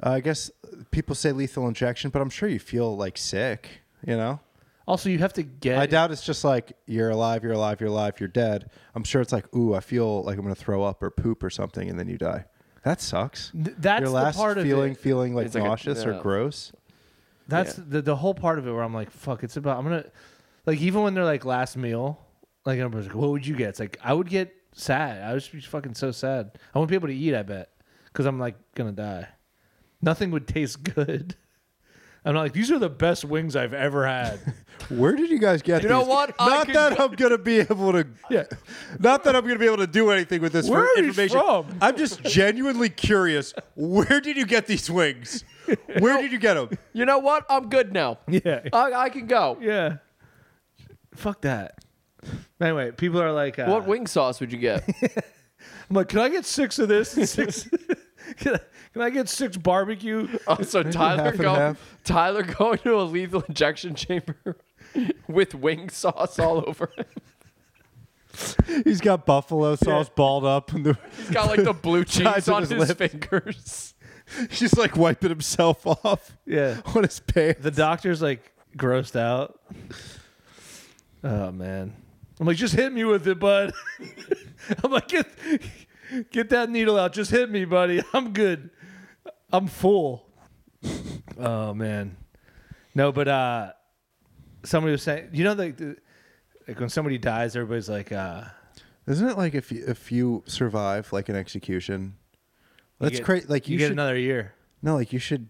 A: Uh, I guess people say lethal injection, but I'm sure you feel like sick. You know,
C: Also, you have to get.
A: I doubt it's just like you're alive, you're alive, you're alive, you're dead. I'm sure it's like, ooh, I feel like I'm gonna throw up or poop or something, and then you die. That sucks.
C: Th- that's
A: your
C: the
A: last
C: part of
A: feeling,
C: it.
A: feeling like
B: It's like a-
A: nauseous
B: yeah.
A: or gross.
C: That's the, the whole part of it where I'm like, fuck, it's about, I'm going to, like, even when they're like last meal, like, I'm like, what would you get? It's like, I would get sad. I would just be fucking so sad. I wouldn't be able to eat, I bet, because I'm like, going to die. Nothing would taste good. I'm not like, these are the best wings I've ever had.
A: Where did you guys get?
B: You know
A: these?
B: what? I
A: Not
B: could-
A: that I'm gonna be able to.
C: Yeah.
A: Not that I'm gonna be able to do anything with this
C: Where are
A: for
C: these
A: information.
C: from?
A: I'm just genuinely curious. Where did you get these wings? Where did you get them?
B: you know what? I'm good now.
C: Yeah.
B: I, I can go.
C: yeah. Fuck that. Anyway, people are like, uh,
B: What wing sauce would you get?
C: I'm like, can I get six of this? And six. Can I, can I get six barbecue?
B: Oh, so Tyler
A: half and
B: going,
A: half.
B: Tyler going to a lethal injection chamber with wing sauce all over him.
A: He's got buffalo sauce balled up, and the,
B: He's got like the blue cheese
A: Sides of
B: on
A: his
B: his,
A: lips.
B: fingers.
A: he's just like wiping himself off
C: Yeah.
A: on his pants.
C: The doctor's like grossed out. Oh man. I'm like, just hit me with it, bud. I'm like, get get that needle out. Just hit me, buddy. I'm good. I'm full. Oh man. No, but uh somebody was saying you know like the, like when somebody dies, everybody's like, uh
A: Isn't it like if you, if you survive like an execution?
C: you
A: That's
C: get-
A: crazy. Like
C: you,
A: you,
C: get
A: should
C: another year.
A: no, like you should.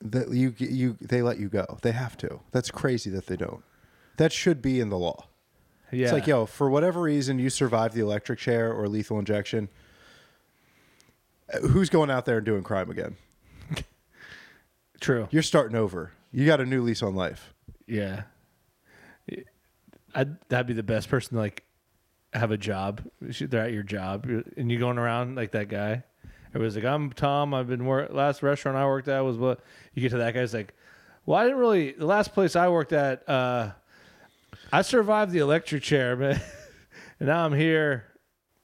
A: That you g- you they let you go. They have to. That's crazy that they don't. That should be in the law.
C: Yeah.
A: It's like yo, for whatever reason, you survived the electric chair or lethal injection. uh, Who's going out there and doing crime again?
C: True.
A: You're starting over. You got a new lease on life.
C: Yeah. I'd, that'd be the best person to like have a job. They're at your job and you going around like that guy. Everybody's like, I'm Tom. I've been work. Last restaurant I worked at was what you get to that guy's like, well, I didn't really, the last place I worked at, uh, I survived the electric chair, man. and now I'm here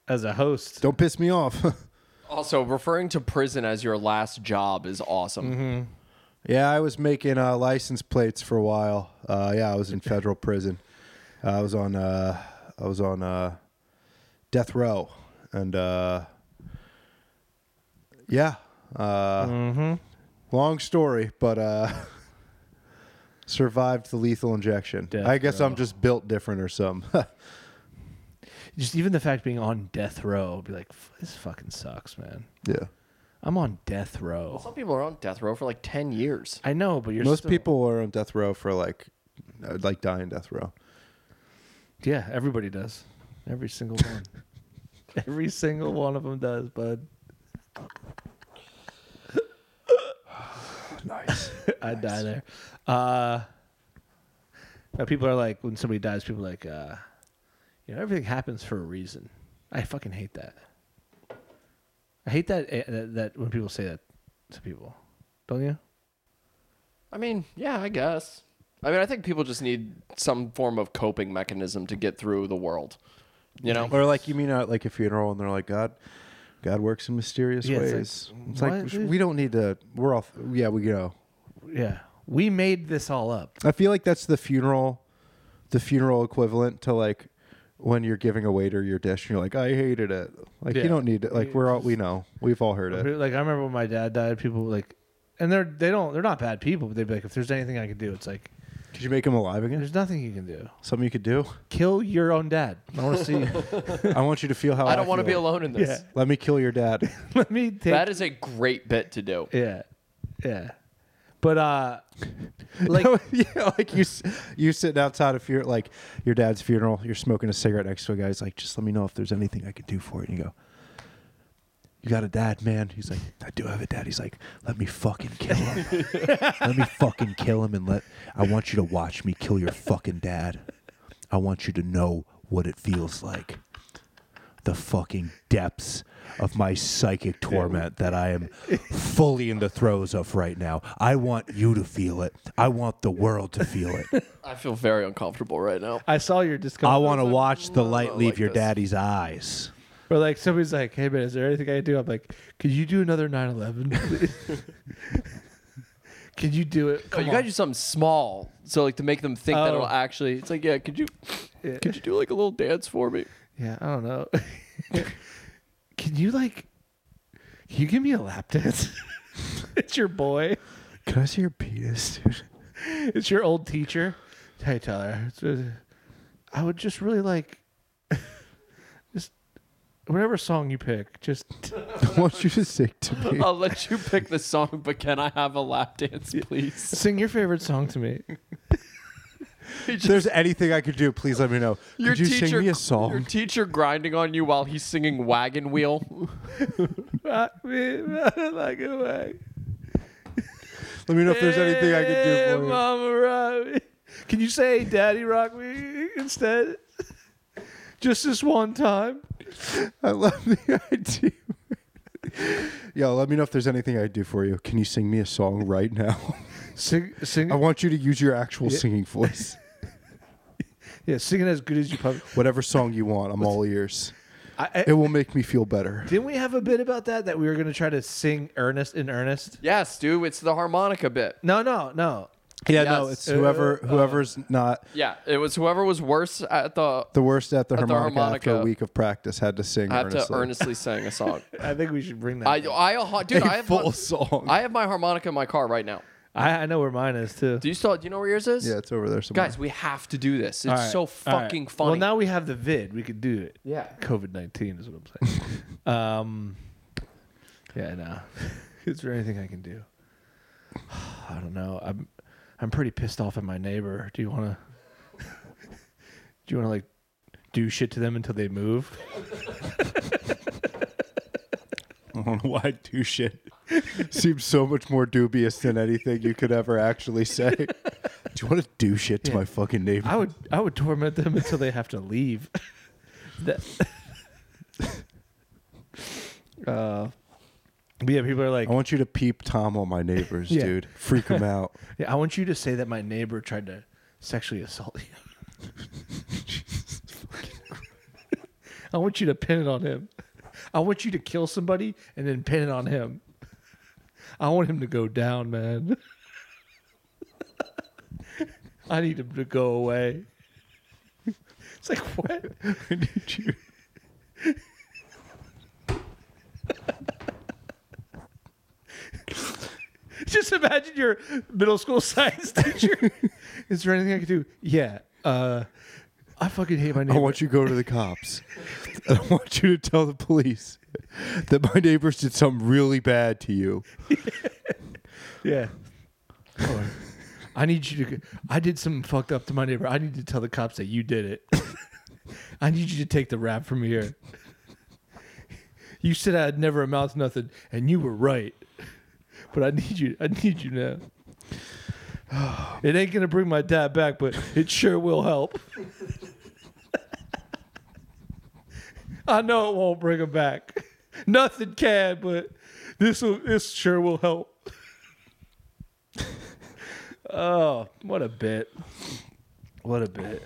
C: as a host.
A: Don't piss me off.
B: Also, referring to prison as your last job is awesome.
A: Mm-hmm. yeah, I was making uh, license plates for a while. Uh, yeah, I was in federal prison. Uh, I was on uh, I was on uh, death row, and uh, yeah, uh,
C: Mm-hmm.
A: long story, but uh, survived the lethal injection.
C: Death
A: I guess I'm
C: row.
A: just built different or something.
C: Just even the fact being on death row, be like, "F- this fucking sucks, man.
A: yeah,
C: I'm on death row.
B: Some people are on death row for like 10 years.
C: I know, but you're
A: most
C: still-
A: people are on death row for like uh, like dying death row.
C: Yeah, everybody does. Every single one. Every single one of them does, bud.
A: Nice.
C: I'd die there. Uh, now people are like, when somebody dies, people are like, uh, you know, everything happens for a reason. I fucking hate that. I hate that eh, that, that when people say that to people, don't you?
B: I mean, yeah, I guess. I mean, I think people just need some form of coping mechanism to get through the world. You know?
A: Or like you mean at like a funeral, and they're like, God, God works in mysterious
C: Yeah, it's like,
A: ways. It's
C: what,
A: like,
C: dude?
A: we don't need to. We're off. Yeah, we go.
C: Yeah, we made this all up.
A: I feel like that's the funeral, the funeral equivalent to like when you're giving a waiter your dish, and you're like, I hated it. Like
C: Yeah.
A: you don't need it. Like we're all we know. We've all heard it.
C: Like I remember when my dad died, people were like, and they're they don't they're not bad people, but they'd be like, if there's anything I could do, it's like
A: Could you make him alive again?
C: there's nothing you can do.
A: Something you could do.
C: kill your own dad. I want to see.
A: I want you to feel how
B: I don't want to be
A: feel.
B: alone in this.
C: Yeah.
A: Let me kill your dad.
C: Let me take.
B: That is a great bit to do.
C: yeah, yeah. But uh, like
A: yeah, like you, s- you sitting outside of your like your dad's funeral. You're smoking a cigarette next to a guy. He's like, just let me know if there's anything I could do for it. And you go, you got a dad, man. He's like, I do have a dad. He's like, let me fucking kill him. let me fucking kill him and let, I want you to watch me kill your fucking dad. I want you to know what it feels like. The fucking depths of my psychic torment that I am fully in the throes of right now. I want you to feel it. I want the world to feel it.
B: I feel very uncomfortable right now.
C: I saw your discomfort.
A: I want to watch the light leave
B: like
A: your
B: this.
A: daddy's eyes.
C: Or like somebody's like, "Hey man, is there anything I can do?" I'm like, "Could you do another 9/11? please?" Can you do it?
B: Oh,
C: Come
B: you
C: on.
B: gotta do something small, so like to make them think that
C: Oh.
B: it'll actually. It's like, yeah, could you, could you do like a little dance for me?
C: yeah, I don't know. can you like? Can you give me a lap dance? it's your boy.
A: Can I see your penis, dude?
C: It's your old teacher. Hey Tyler, it's- uh, I would just really like, just whatever song you pick, just
A: I want you to sing to me.
B: I'll let you pick the song, but can I have a lap dance, please?
C: sing your favorite song to me.
B: He
A: If
B: just-
A: there's anything I could do, please let me know.
B: your
A: could you
B: teacher,
A: sing me a
B: Your
A: song?
B: teacher grinding on you while he's singing Wagon Wheel.
C: Rock me like a wag.
A: let me know if there's anything I could do for you.
B: uh,
C: Mama rock me. Can you say Daddy rock me instead? Just this one time.
A: I love the idea. Yo, let me know if there's anything I could do for you. Can you sing me a song right now?
C: Sing, sing,
A: I want you to use your actual
C: Yeah.
A: singing voice.
C: yeah, sing it as good as you probably.
A: Whatever song you want, I'm all ears.
C: I, I,
A: It will make me feel better.
C: didn't we have a bit about that that we were going to try to sing earnest in earnest?
B: yes, dude, it's the harmonica bit.
C: No, no, no.
A: Yeah,
B: no,
A: no,
B: Yes. it's
A: it's whoever whoever's not
B: Yeah, it was whoever was worse at the.
A: the worst at the
B: At the
A: harmonica, after a
B: harmonica.
A: week of practice had to sing
B: I have to
A: earnestly.
B: earnestly sing a song.
C: I think we should bring that.
B: I,
C: I,
B: I, dude, I
A: a
B: have
A: full
B: my,
A: song.
B: I have my harmonica in my car right now.
C: I, know where mine is too.
B: Do you still? Do you know where yours is?
A: yeah, it's over there somewhere.
B: Guys, we have to do this. It's
C: All right,
B: so
C: all right.
B: fucking funny.
C: Well, now we have the vid. We could do it.
B: yeah.
C: COVID nineteen is what I'm saying. um, yeah, no. Is there anything I can do? I don't know. I'm I'm pretty pissed off at my neighbor. Do you want to? Do you want to like do shit to them until they move?
A: I don't know why I do shit. Seems so much more dubious than anything you could ever actually say. Do you want to do shit to
C: Yeah.
A: my fucking neighbor?
C: I would I would torment them until they have to leave. that. Uh, but yeah, people are like,
A: I want you to peep Tom on my neighbors,
C: Yeah.
A: dude. Freak them out.
C: yeah, I want you to say that my neighbor tried to sexually assault you. I want you to pin it on him. I want you to kill somebody and then pin it on him. I want him to go down, man. I need him to go away. It's like what?
A: I need you.
C: Just imagine your middle school science teacher. Is there anything I can do? Yeah. Uh, I fucking hate my
A: I
C: neighbor.
A: want you to go to the cops. And I want you to tell the police that my neighbors did something really bad to you.
C: Yeah. I need you to. I did something fucked up to my neighbor. I need to tell the cops that you did it. I need you to take the rap from here. You said I'd never amount to nothing, and you were right. But I need you. I need you now. It ain't gonna bring my dad back, but it sure will help. I know it won't bring him back. Nothing can, but this will. This sure will help. Oh, what a bit. What a bit.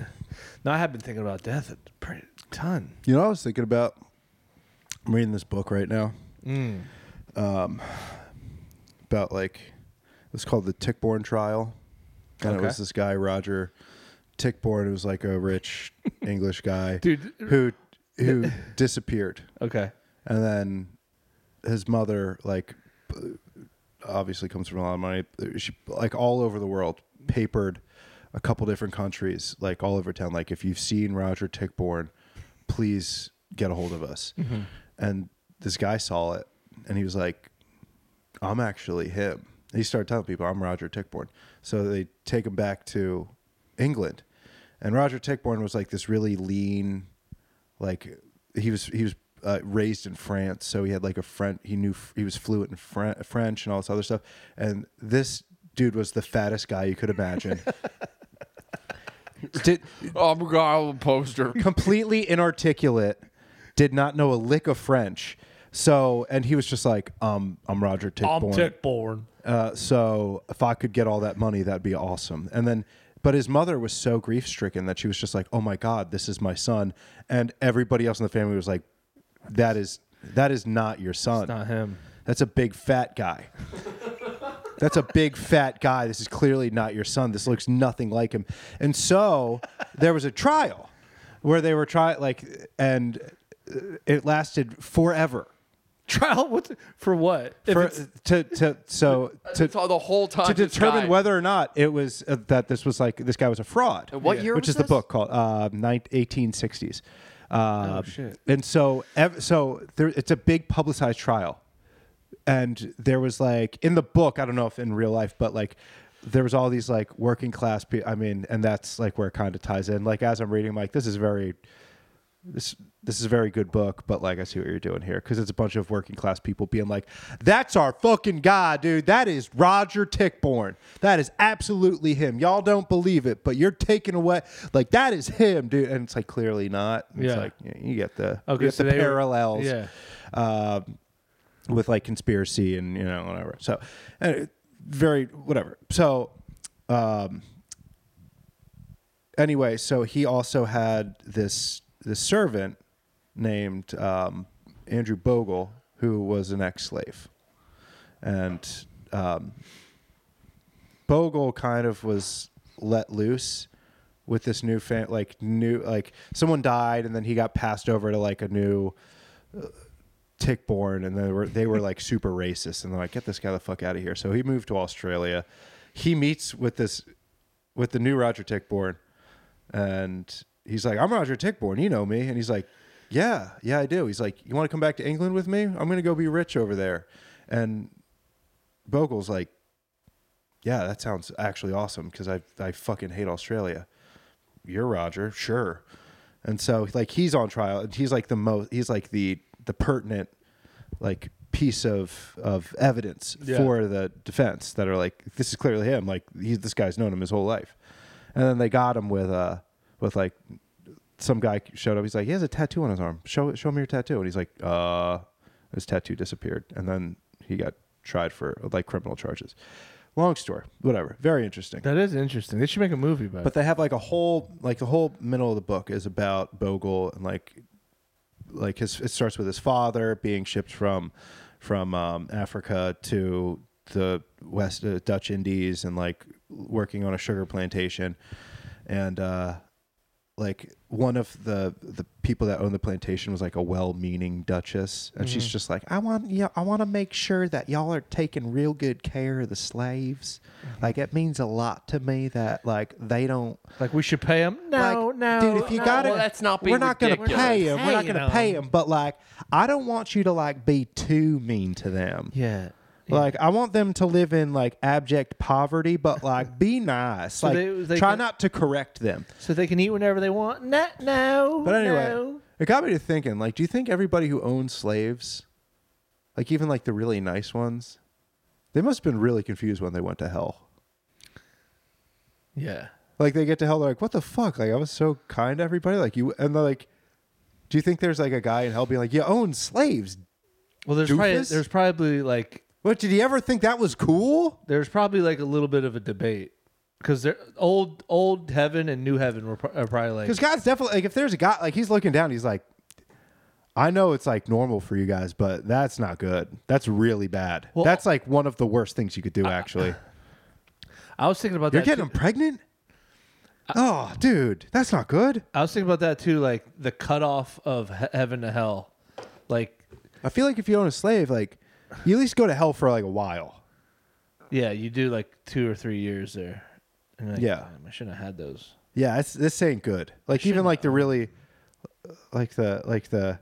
C: Now I have been thinking about death a pretty ton.
A: You know, what I was thinking about. I'm reading this book right now. Mm. Um, about like it's called the Tickborn trial, and it
C: Okay.
A: was this guy Roger Tickborn, who was like a rich English guy
C: Dude.
A: who who disappeared,
C: Okay.
A: and then his mother like b- obviously comes from a lot of money. She like all over the world papered a couple different countries, like all over town. Like if you've seen Roger Tickborn, please get a hold of us. And this guy saw it, and he was like, I'm actually him. He started telling people, I'm Roger Tickborn. So they take him back to England. And Roger Tickborn was like this really lean, like he was he was uh, raised in France, so he had like a friend. He knew he was fluent in Fran- French and all this other stuff. And this dude was the fattest guy you could imagine. Did,
B: Oh my god, poster.
A: completely inarticulate, did not know a lick of French. So, and he was just like, um, I'm Roger Tickborn.
C: born.
A: Uh, so if I could get all that money, that'd be awesome. And then, but his mother was so grief stricken that she was just like, "Oh my God, this is my son," and everybody else in the family was like, "That is that is not your son.
C: Not him.
A: That's a big fat guy. That's a big fat guy. This is clearly not your son. This looks nothing like him." And so there was a trial where they were try like, and uh, it lasted forever.
C: Trial what for what? If
A: For,
C: it's-
A: to, to so to,
B: It's all the whole time
A: to
B: this
A: determine
B: guy-
A: whether or not it was uh, that this was like this guy was a fraud.
B: And what Yeah. year
A: Which
B: was
A: is the
B: this?
A: book called uh, nine- 1860s.
B: Oh,
A: Uh,
C: shit.
A: And so, ev- so there, it's a big publicized trial, and there was like in the book, I don't know if in real life, but like there was all these like working class people. I mean, and that's like where it kind of ties in. Like as I'm reading, I'm like this is very this this is a very good book, but like I see what you're doing here because it's a bunch of working class people being like, "That's our fucking guy, dude. That is Roger Tickborn. That is absolutely him. Y'all don't believe it, but you're taking away like that is him, dude." And it's like clearly not. It's
C: Yeah.
A: like you- you get the
C: Okay,
A: you get
C: so
A: the
C: they were-
A: parallels,
C: yeah.
A: uh, with like conspiracy and you know whatever. So, uh, very whatever. So, um, anyway, so he also had this this servant named um, Andrew Bogle, who was an ex-slave, and um, Bogle kind of was let loose with this new fan, like new, like someone died, and then he got passed over to like a new tick-borne, and they were they were like super racist, and they're like, "Get this guy the fuck out of here!" So he moved to Australia. He meets with this with the new Roger Tickborn, and he's like, "I'm Roger Tickborn, you know me," and he's like, "Yeah, yeah, I do." He's like, "You want to come back to England with me? I'm gonna go be rich over there," and Bogle's like, "Yeah, that sounds actually awesome because I I fucking hate Australia." You're Roger, sure. And so like he's on trial and he's like the most he's like the the pertinent like piece of of evidence
C: Yeah.
A: for the defense that are like this is clearly him like he's this guy's known him his whole life. And then they got him with uh with like some guy showed up. He's like, he has a tattoo on his arm. Show show me your tattoo. And he's like, uh, his tattoo disappeared. And then he got tried for like criminal charges. Long story, whatever. Very interesting.
C: that is interesting. They should make a movie about
A: But
C: it.
A: they have like a whole like the whole middle of the book is about Bogle and like like his it starts with his father being shipped from from um, Africa to the West uh, Dutch Indies and like working on a sugar plantation and uh like one of the the people that owned the plantation was like a well-meaning duchess and
C: Mm-hmm.
A: she's just like i want yeah i want to make sure that y'all are taking real good care of the slaves
C: Mm-hmm.
A: like it means a lot to me that like they don't
C: Like we should pay them. No,
A: like,
C: no,
A: dude. If you
C: no.
A: got it,
B: well, let's not be
A: we're not gonna
B: ridiculous.
A: pay him. We're not
C: Hey,
A: gonna
C: you
A: pay
C: know.
A: him. But like, I don't want you to like be too mean to them.
C: yeah.
A: Like, I want them to live in like abject poverty, but like, be nice. like,
C: they- they
A: try
C: can-
A: not to correct them.
C: So they can eat whenever they want. No, no.
A: But anyway,
C: no.
A: it got me to thinking. Like, do you think everybody who owns slaves, like even like the really nice ones, they must have been really confused when they went to hell.
C: yeah.
A: Like they get to hell, they're like, "What the fuck?" Like I was so kind to everybody. Like you, and they're like, "Do you think there's like a guy in hell being like, you own slaves?
C: Well, there's probably,
A: Doofus?
C: there's probably like
A: What did he ever think that was cool?"
C: there's probably like a little bit of a debate because they're old old heaven and new heaven were pro- are probably like
A: Because God's definitely like, if there's a guy like he's looking down, he's like, "I know it's like normal for you guys, but that's not good. That's really bad.
C: Well-
A: that's like one of the worst things you could do. Actually,
C: I was thinking about
A: you're
C: that
A: getting
C: too.
A: him pregnant. oh, dude, that's not good.
C: I was thinking about that too like the cutoff of he- heaven to hell like
A: I feel like if you own a slave, like you at least go to hell for like a while.
C: yeah you do like two or three years there and you're like,
A: Yeah.
C: "Damn, I shouldn't have had those
A: Yeah, it's, this ain't good. Like even like the really, like the like the,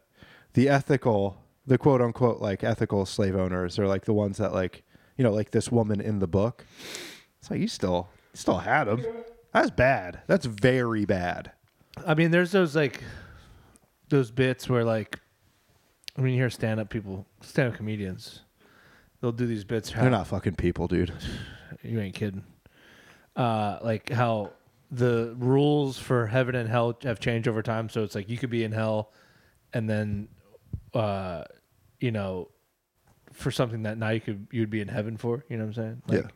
A: the ethical, the quote unquote like ethical slave owners are like the ones that like you know like this woman in the book. It's like you still you still had him. That's bad. That's very bad.
C: I mean there's those like those bits where like I mean, you hear stand up people, stand up comedians, they'll do these bits. how-
A: They're not fucking people, dude.
C: You ain't kidding. Uh, like how the rules for heaven and hell have changed over time. So it's like you could be in hell, and then, uh, you know, for something that now you could you'd be in heaven for. You know what I'm saying? Like,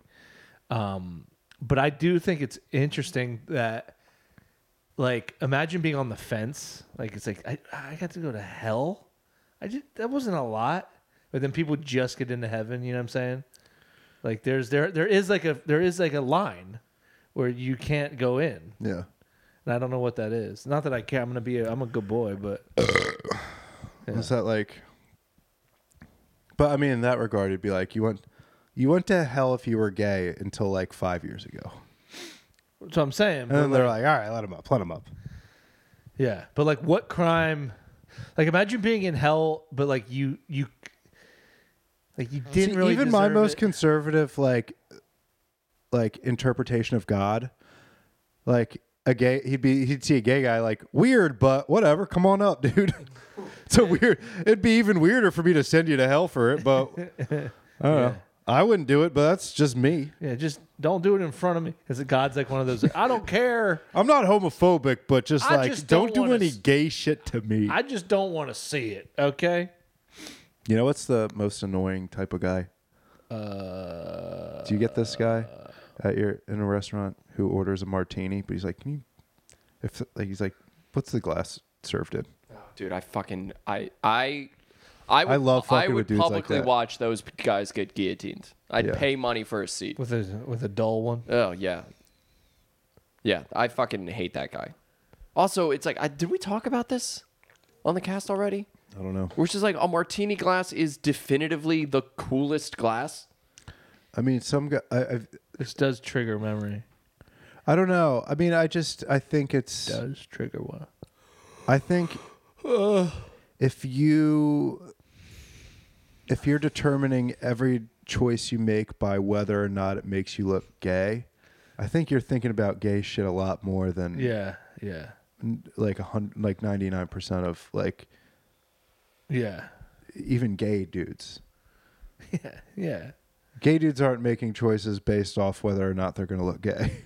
A: yeah.
C: Um, but I do think it's interesting that, like, imagine being on the fence. Like, it's like I, I got to go to hell. I just that wasn't a lot, but then people just get into heaven. You know what I'm saying? Like, there's there there is like a there is like a line where you can't go in,
A: Yeah.
C: and I don't know what that is. Not that I care. I'm gonna be a, I'm a good boy, but Yeah.
A: Is that like? But I mean, in that regard, it'd be like you went, you went to hell if you were gay until like five years ago,
C: so I'm saying.
A: and then
C: but,
A: they're
C: like-
A: like, all right, let him up, let him up.
C: Yeah, but like, what crime? Like, imagine being in hell, but like you you like you didn't
A: See,
C: really
A: even my
C: deserve
A: most
C: it.
A: conservative like like interpretation of God, like a gay he'd be he'd see a gay guy like weird, but whatever, come on up, dude. it's a weird. It'd be even weirder for me to send you to hell for it, but I don't know. I wouldn't do it, but that's just me.
C: yeah, just don't do it in front of me. Because God's like one of those. I don't care.
A: I'm not homophobic, but just
C: I
A: like
C: just don't
A: don't, do
C: wanna
A: any
C: s-
A: gay shit to me.
C: I just don't want to see it. Okay.
A: you know what's the most annoying type of guy?
C: Uh,
A: Do you get this guy at your in a restaurant who orders a martini, but he's like, "Can you?" If like he's like, "What's the glass served in?"
B: Dude, I fucking I I I, would,
A: I love fucking
B: I would
A: with dudes like
B: publicly
A: that.
B: watch those guys get guillotined. I'd
A: Yeah.
B: pay money for a seat.
C: with a with a dull one.
B: Oh yeah, yeah. I fucking hate that guy. Also, it's like, I, did we talk about this on the cast already?
A: I don't know.
B: Which is like a martini glass is definitively the coolest glass.
A: I mean, some guy. I I've,
C: This does trigger memory.
A: I don't know. I mean, I just I think it's
C: Does trigger one.
A: I think if you if you're determining every choice you make by whether or not it makes you look gay, I think you're thinking about gay shit a lot more than
C: Yeah. Yeah.
A: n- like a hundred like ninety nine percent of like
C: Yeah.
A: even gay dudes.
C: Yeah. Yeah.
A: Gay dudes aren't making choices based off whether or not they're going to look gay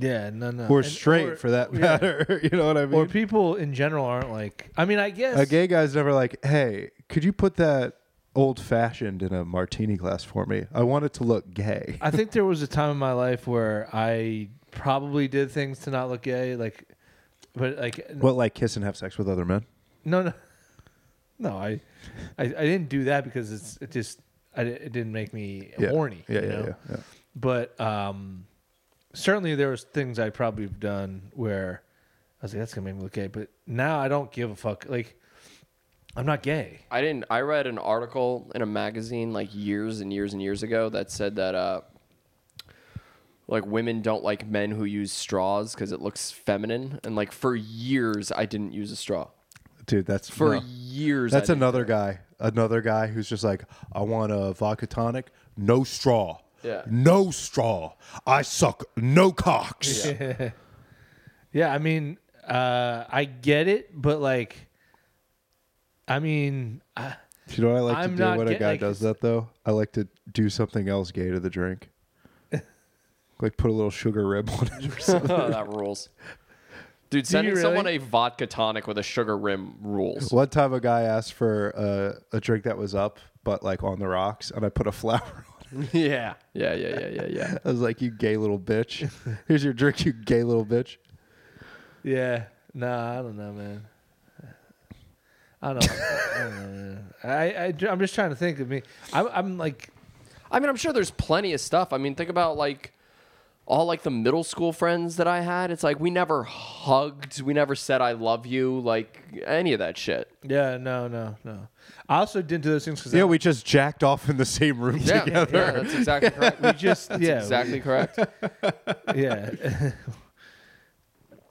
C: Yeah. No. No.
A: or
C: And-
A: straight
C: or-
A: for that
C: yeah.
A: matter. you know what I mean?
C: Or people in general aren't like. I mean, I guess.
A: a gay guy's never like, hey, could you put that old fashioned in a martini glass for me? I want it to look gay.
C: I think there was a time in my life where I probably did things to not look gay, like, but like,
A: What, like kiss and have sex with other men?
C: no, no, no, I, I, I didn't do that because it's it just I, di- it didn't make me
A: Yeah.
C: horny,
A: Yeah,
C: you
A: yeah,
C: know?
A: yeah, yeah.
C: But um, certainly there was things I probably have done where I was like, that's gonna make me look gay, but now I don't give a fuck. Like, I'm not gay.
B: I didn't. I read an article in a magazine like years and years and years ago that said that uh, like women don't like men who use straws because it looks feminine. And like for years, I didn't use a straw.
A: Dude, that's
B: For
A: no.
B: years, I
A: That's
B: didn't.
A: another guy. Another guy who's just like, I want a vodka tonic, no straw.
B: Yeah.
A: No straw. I suck no cocks.
C: Yeah, I mean, uh, I get it, but like, I mean, I,
A: Do you know what I like
C: I'm
A: to do
C: not
A: when a
C: get-
A: guy
C: like,
A: does that
C: it's-
A: though? I like to do something else gay to the drink. like put a little sugar rib on it or something.
B: Oh, that rules. Dude, sending
C: really?
B: someone a vodka tonic with a sugar rim rules.
A: One time a guy asked for uh, a drink that was up, but like on the rocks, and I put a flower on it.
C: yeah,
B: Yeah, yeah, yeah, yeah, yeah.
A: I was like, you gay little bitch. Here's your drink, you gay little bitch.
C: yeah, nah, I don't know, man. I don't, I don't know, man. I, I, I'm just trying to think of me. I'm, I'm like,
B: I mean, I'm sure there's plenty of stuff. I mean, think about like all like the middle school friends that I had. It's like we never hugged, we never said I love you, like any of that shit.
C: yeah, no, no, no. I also didn't do those things because
A: Yeah, we just jacked off in the same room
B: Yeah, yeah,
A: together.
B: that's exactly correct.
C: we just, yeah, we-
B: exactly correct.
C: yeah.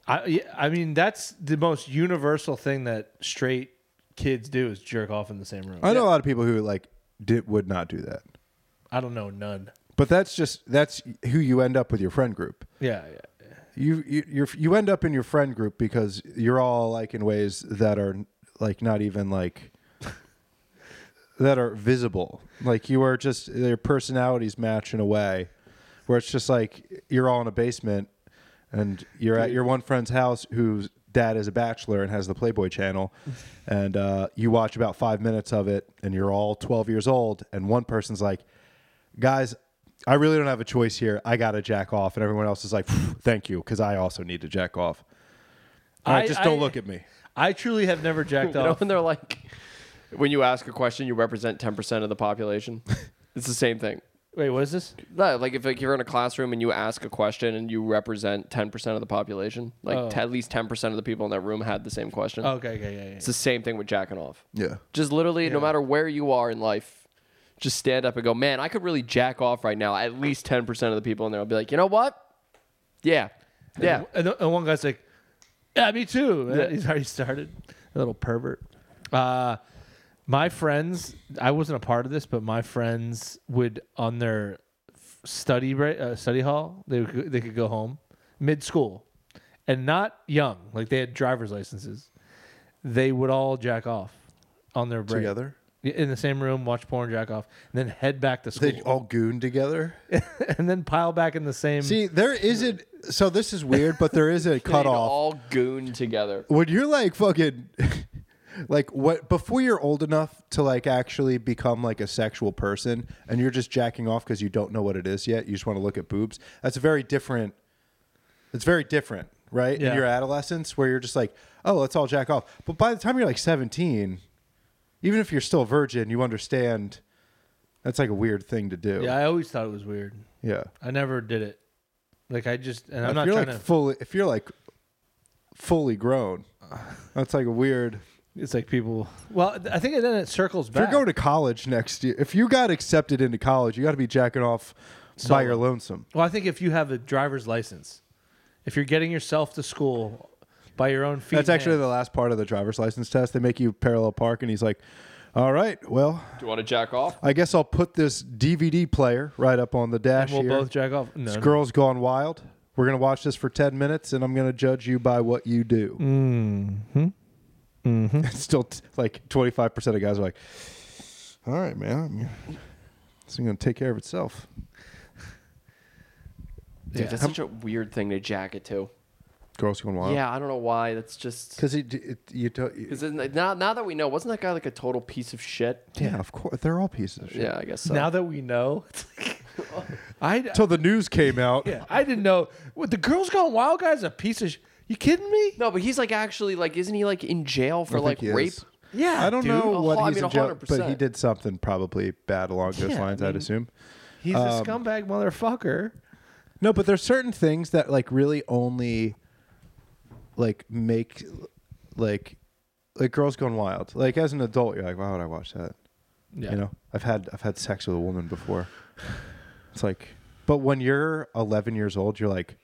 C: I, yeah, I mean, that's the most universal thing that straight kids do is jerk off in the same room.
A: I know a lot of people who like did, would not do that,
C: I don't know none.
A: but that's just that's who you end up with your friend group.
C: Yeah, yeah.
A: You you you're, you end up in your friend group because you're all like in ways that are like not even like that are visible. Like you are just their personalities match in a way where it's just like you're all in a basement and you're at your one friend's house whose dad is a bachelor and has the Playboy channel and uh, you watch about 5 minutes of it and you're all 12 years old and one person's like guys I really don't have a choice here. I got to jack off and everyone else is like thank you cuz I also need to jack off. All right,
C: I-
A: just don't
C: I-
A: look at me.
C: I truly have never jacked
B: You know,
C: off.
B: when they're like, when you ask a question, you represent 10% of the population. it's the same thing.
C: Wait, what is this?
B: No, Like if like, you're in a classroom and you ask a question and you represent 10% of the population, like
C: Oh.
B: t- at least 10% of the people in that room had the same question.
C: Okay, okay, yeah, yeah.
B: It's the same thing with jacking off.
A: Yeah.
B: Just literally, no matter where you are in life, just stand up and go, man, I could really jack off right now. At least 10% of the people in there will be like, you know what? Yeah. Yeah.
C: And, the- and one guy's like, "Yeah, me too." And He's already started. A little pervert. Uh, my friends, I wasn't a part of this, but my friends would on their f- study break, uh, study hall, they would, go- they could go home mid school, and not young, like they had driver's licenses. They would all jack off on their break
A: Together?
C: Y- in the same room, watch porn, jack off, and then head back to school,
A: They all goon together.
C: and then pile back in the same.
A: See, there isn't. So this is weird, but there is a cutoff.
B: All goon together.
A: When you're like fucking, like what before you're old enough to like actually become like a sexual person, and you're just jacking off because you don't know what it is yet. You just want to look at boobs. That's a very different. It's very different, right?
C: Yeah.
A: In your adolescence, where you're just like, oh, let's all jack off. But by the time you're like 17, even if you're still a virgin, you understand. That's like a weird thing to do.
C: yeah, I always thought it was weird.
A: Yeah.
C: I never did it. Like I just, and I'm
A: if
C: not
A: you're
C: trying
A: like
C: to.
A: fully, if you're like fully grown, that's like a weird.
C: It's like people. Well, th- I think then it circles
A: If
C: back.
A: you're going to college next year, if you got accepted into college, you got to be jacking off by your lonesome.
C: well, I think if you have a driver's license, if you're getting yourself to school by your own feet.
A: That's actually the last part of the driver's license test. They make you parallel park, and he's like, "All right, well,
B: Do you want to jack off?
A: I guess I'll put this DVD player right up on the dash
C: we'll
A: here.
C: both jack off. No,
A: this
C: no.
A: girl's gone wild. We're gonna watch this for ten minutes, and I'm gonna judge you by what you do." Mm-hmm.
C: Mm-hmm.
A: It's still t- like 25 percent of guys are like, "All right, man, I'm- this is gonna take care of itself."
B: Dude,
C: Yeah.
B: that's such a weird thing to jack it to.
A: Girls gone wild.
B: Yeah, I don't know why. That's just
A: because it, it you don't. you-
B: because now now that we know, wasn't that guy like a total piece of shit?
A: yeah, of course, they're all pieces of shit.
B: Yeah, I guess so.
C: Now that we know, it's like, I
A: Until the news came out.
C: yeah, I didn't know. What, the girls gone wild guy's a piece of. Sh- you kidding me?
B: no, but he's like actually like isn't he like in jail for
A: think
B: like
A: he is.
B: rape? Oh,
C: Yeah,
A: I don't
C: dude.
A: know what
B: I
A: he's
B: mean,
A: in jail, but he
B: 100%.
A: did something probably bad along those
C: Yeah, I
A: lines. I'd
C: mean-
A: assume.
C: He's
A: Um,
C: a scumbag motherfucker.
A: No, but there's certain things that like really only like make like like girls gone wild. Like as an adult, you're like, why would I watch that?
C: Yeah.
A: You know, I've had I've had sex with a woman before. It's like, but when you're 11 years old, you're like,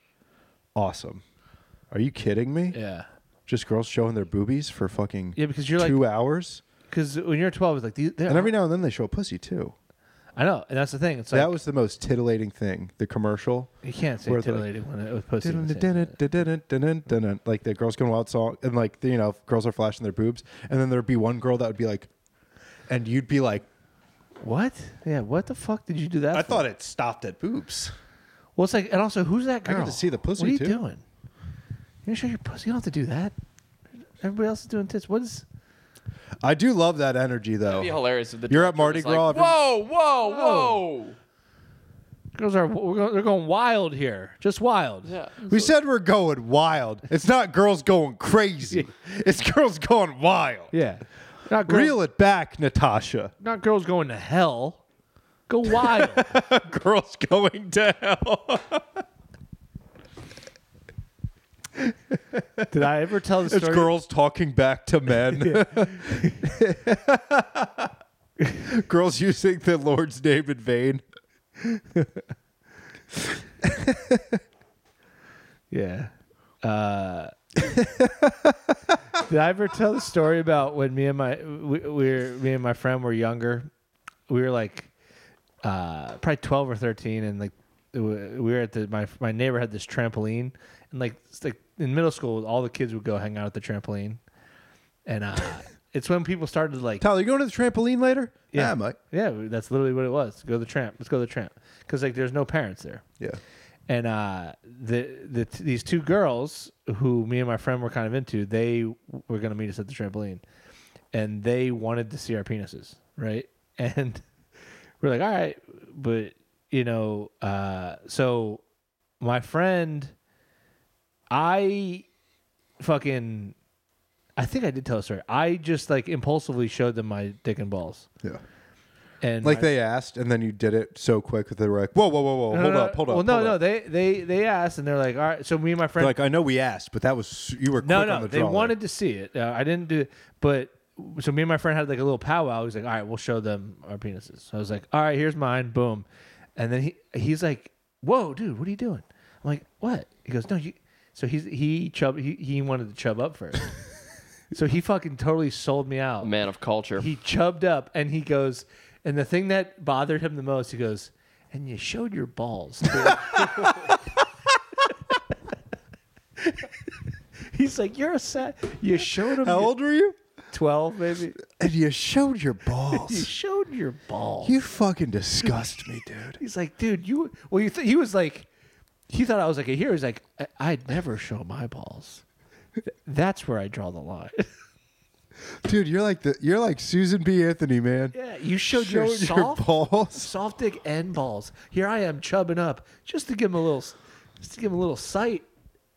A: awesome. Are you kidding me?
C: Yeah.
A: Just girls showing their boobies for fucking
C: Yeah, because you're like-
A: two hours,
C: Because when you're 12, it's like these.
A: and every now and then they show a pussy too.
C: I know, and that's the thing. It's like
A: that was the most titillating thing. The commercial.
C: you can't say
A: where they're like,
C: titillated when it was pussy. was in it.
A: Dun-dun-dun-dun-dun-dun-dun-dun. like the girls going wild song and like you know girls are flashing their boobs and then there'd be one girl that would be like and you'd be like
C: What? Yeah, what the fuck did you do that?
A: i
C: for?
A: thought it stopped at boobs
C: Well, it's like, and also, who's that
A: I
C: girl?
A: get to see the pussy,
C: What are you
A: too.
C: doing? You show your pussy. You don't have to do that. Everybody else is doing tits. What is?
A: i do love that energy
B: That'd be
A: though
B: hilarious if the
A: You're at
B: director
A: Mardi
B: was
A: Gras,
B: Like,
A: everyone-
B: whoa, whoa, whoa!
C: Girls are we're going, they're going wild here, just wild.
B: Yeah.
A: we said we're going wild it's not girls going crazy it's girls going wild
C: yeah. Not girls,
A: reel it back natasha
C: Not girls going to hell. Go wild.
A: girls going to hell
C: Did I ever tell the
A: it's
C: story?
A: girls talking back to men girls using the lord's name in vain
C: Yeah. Uh, did I ever tell the story about when me and my we, we were me and my friend were younger? We were like uh, probably twelve or thirteen, and like we we were at the my my neighbor had this trampoline, and like it's like in middle school, all the kids would go hang out at the trampoline, and uh, It's when people started to like
A: Tyler, you going to the trampoline later? Ah,
C: yeah,
A: I might.
C: Yeah, that's literally what it was. Go to the tramp. Let's go to the tramp because like there's no parents there.
A: Yeah.
C: And uh, the the t- these two girls who me and my friend were kind of into, they were gonna meet us at the trampoline, and they wanted to see our penises, right? And we're like, all right, but you know, uh, so my friend, I fucking, I think I did tell a story. I just like impulsively showed them my dick and balls,
A: Yeah.
C: and
A: Like
C: my-
A: they asked, and then you did it so quick that they were like, "Whoa, whoa, whoa, whoa!
C: No,
A: hold
C: no,
A: up, hold up!"
C: Well, no,
A: hold
C: no,
A: up.
C: they they they asked, and they're like, all right. So me and my friend,
A: like I know we asked, but that was you were
C: no,
A: quick on
C: no,
A: the
C: they
A: draw there.
C: wanted to see it. Uh, I didn't do, but so me and my friend had like a little powwow. He's like, all right, we'll show them our penises. So I was like, all right, here's mine, boom, and then he he's like, whoa, dude, what are you doing? I'm like, what? He goes, no, you. So he's he chub he, he wanted to chub up first. so he fucking totally sold me out.
B: Man of culture.
C: He chubbed up and he goes, and the thing that bothered him the most, he goes, and you showed your balls. too." He's like, you're a sad. You showed him
A: How old were you?
C: twelve, maybe.
A: And you showed your
C: You
A: balls.
C: showed your balls.
A: you fucking disgust me, dude.
C: He's like, dude, you. Well, you. Th-, he was like, he thought I was like a hero. He's like, I- I'd never show my balls. Th- That's where I draw the line.
A: Dude, you're like the you're like Susan B. Anthony, man.
C: yeah, you showed,
A: Showed
C: your, soft
A: balls.
C: soft dick and balls. Here I am chubbing up just to give him a little, just to give him a little sight.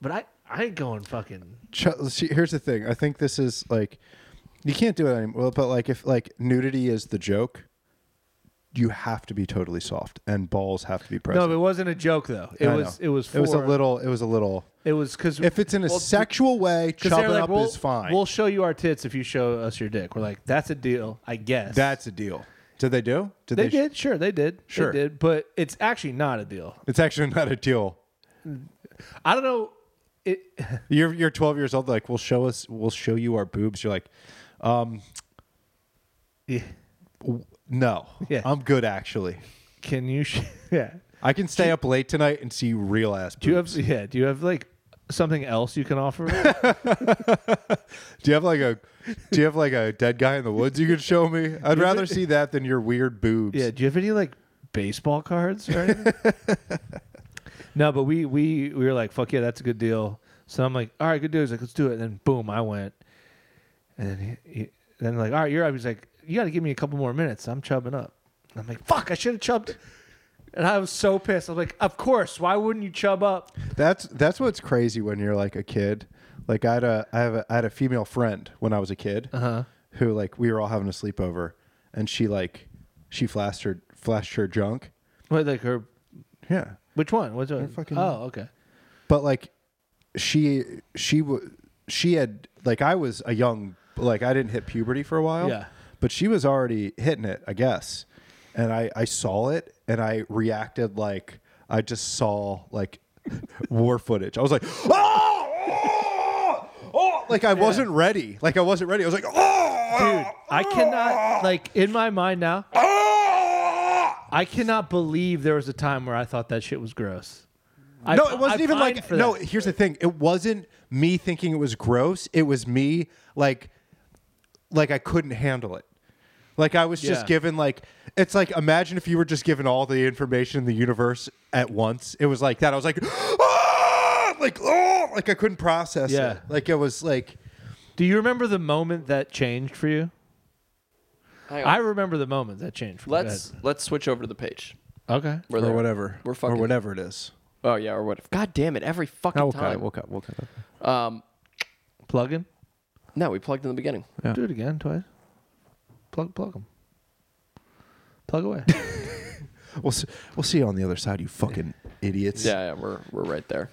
C: But I, I ain't going fucking.
A: Ch- see, here's the thing. I think this is like you can't do it anymore. But like if like nudity is the joke, you have to be totally soft, and balls have to be present.
C: No, it wasn't a joke though. It
A: I
C: was,
A: know.
C: it was, for,
A: It was a little. It was a little.
C: It was because
A: If it's in a sexual way, chub it up
C: we'll,
A: is fine.
C: We'll show you our tits if you show us your dick. We're like, that's a deal, I guess.
A: That's a deal. Did they do? Did
C: they,
A: sh-
C: did, sure, they did, They
A: Sure.
C: did, but it's actually not a deal.
A: It's actually not a deal.
C: I don't know. It,
A: You're you're 12 years old. Like, we'll show us. We'll show you our boobs. You're like,
C: yeah.
A: w- no,
C: Yeah.
A: I'm good actually.
C: can you? Sh- yeah.
A: I can stay up late tonight and see real ass. Boobs.
C: Do you have? Yeah. Do you have like something else you can offer?
A: Do you have like a Do you have like a dead guy in the woods you could show me? I'd rather see that than your weird boobs.
C: Yeah. Do you have any like baseball cards or anything? no, but we we we were like, fuck yeah, that's a good deal. So I'm like, all right, good deal. He's like, let's do it. And then boom, I went. And then he, he then like, all right, you're up. He's like, you got to give me a couple more minutes. I'm chubbing up. And I'm like, fuck, I should have chubbed. And I was so pissed. I was like, of course. Why wouldn't you chub up?
A: That's that's what's crazy when you're like a kid. Like I had a I have a I had a female friend when I was a kid who like we were all having a sleepover and she like she flashed her flashed her junk.
C: Wait, like her.
A: Yeah.
C: Which one? What's it?
A: fucking-
C: oh, okay.
A: But like she she w- she had like I was a young like I didn't hit puberty for a while.
C: Yeah.
A: But she was already hitting it, I guess. And I I saw it and I reacted like I just saw like war footage. I was like, "Oh! Oh! oh!" Like I wasn't ready. Like I wasn't ready. I was like, "Oh!"
C: Dude, I cannot like in my mind now.
A: ah, "Oh!"
C: I cannot believe there was a time where I thought that shit was gross. I,
A: no, it wasn't
C: I
A: even
C: pined
A: like
C: for
A: no.
C: that.
A: Here's the thing: it wasn't me thinking it was gross. It was me like, like I couldn't handle it. Like I was
C: Yeah.
A: just given like it's like imagine if you were just given all the information in the universe at once. It was like that. I was like, "Ah!" like oh, like I couldn't process
C: Yeah.
A: it. Like it was like
C: Do you remember the moment that changed for you?
B: Hang on.
C: I remember the moment that changed. For me. Go
B: let's let's switch over to the page.
C: ahead. okay.
B: We're there.
A: whatever
B: We're fucking.
A: whatever it is.
B: Oh yeah, or whatever. God damn it! Every fucking
A: we'll cut
B: time.
A: it. We'll cut. We'll cut it.
B: Um,
C: Plug in.
B: no, we plugged in the beginning.
A: Yeah.
C: Do it again twice. Plug plug them. Plug away.
A: We'll see, we'll see you on the other side, you fucking idiots.
B: Yeah, yeah, we're we're right there.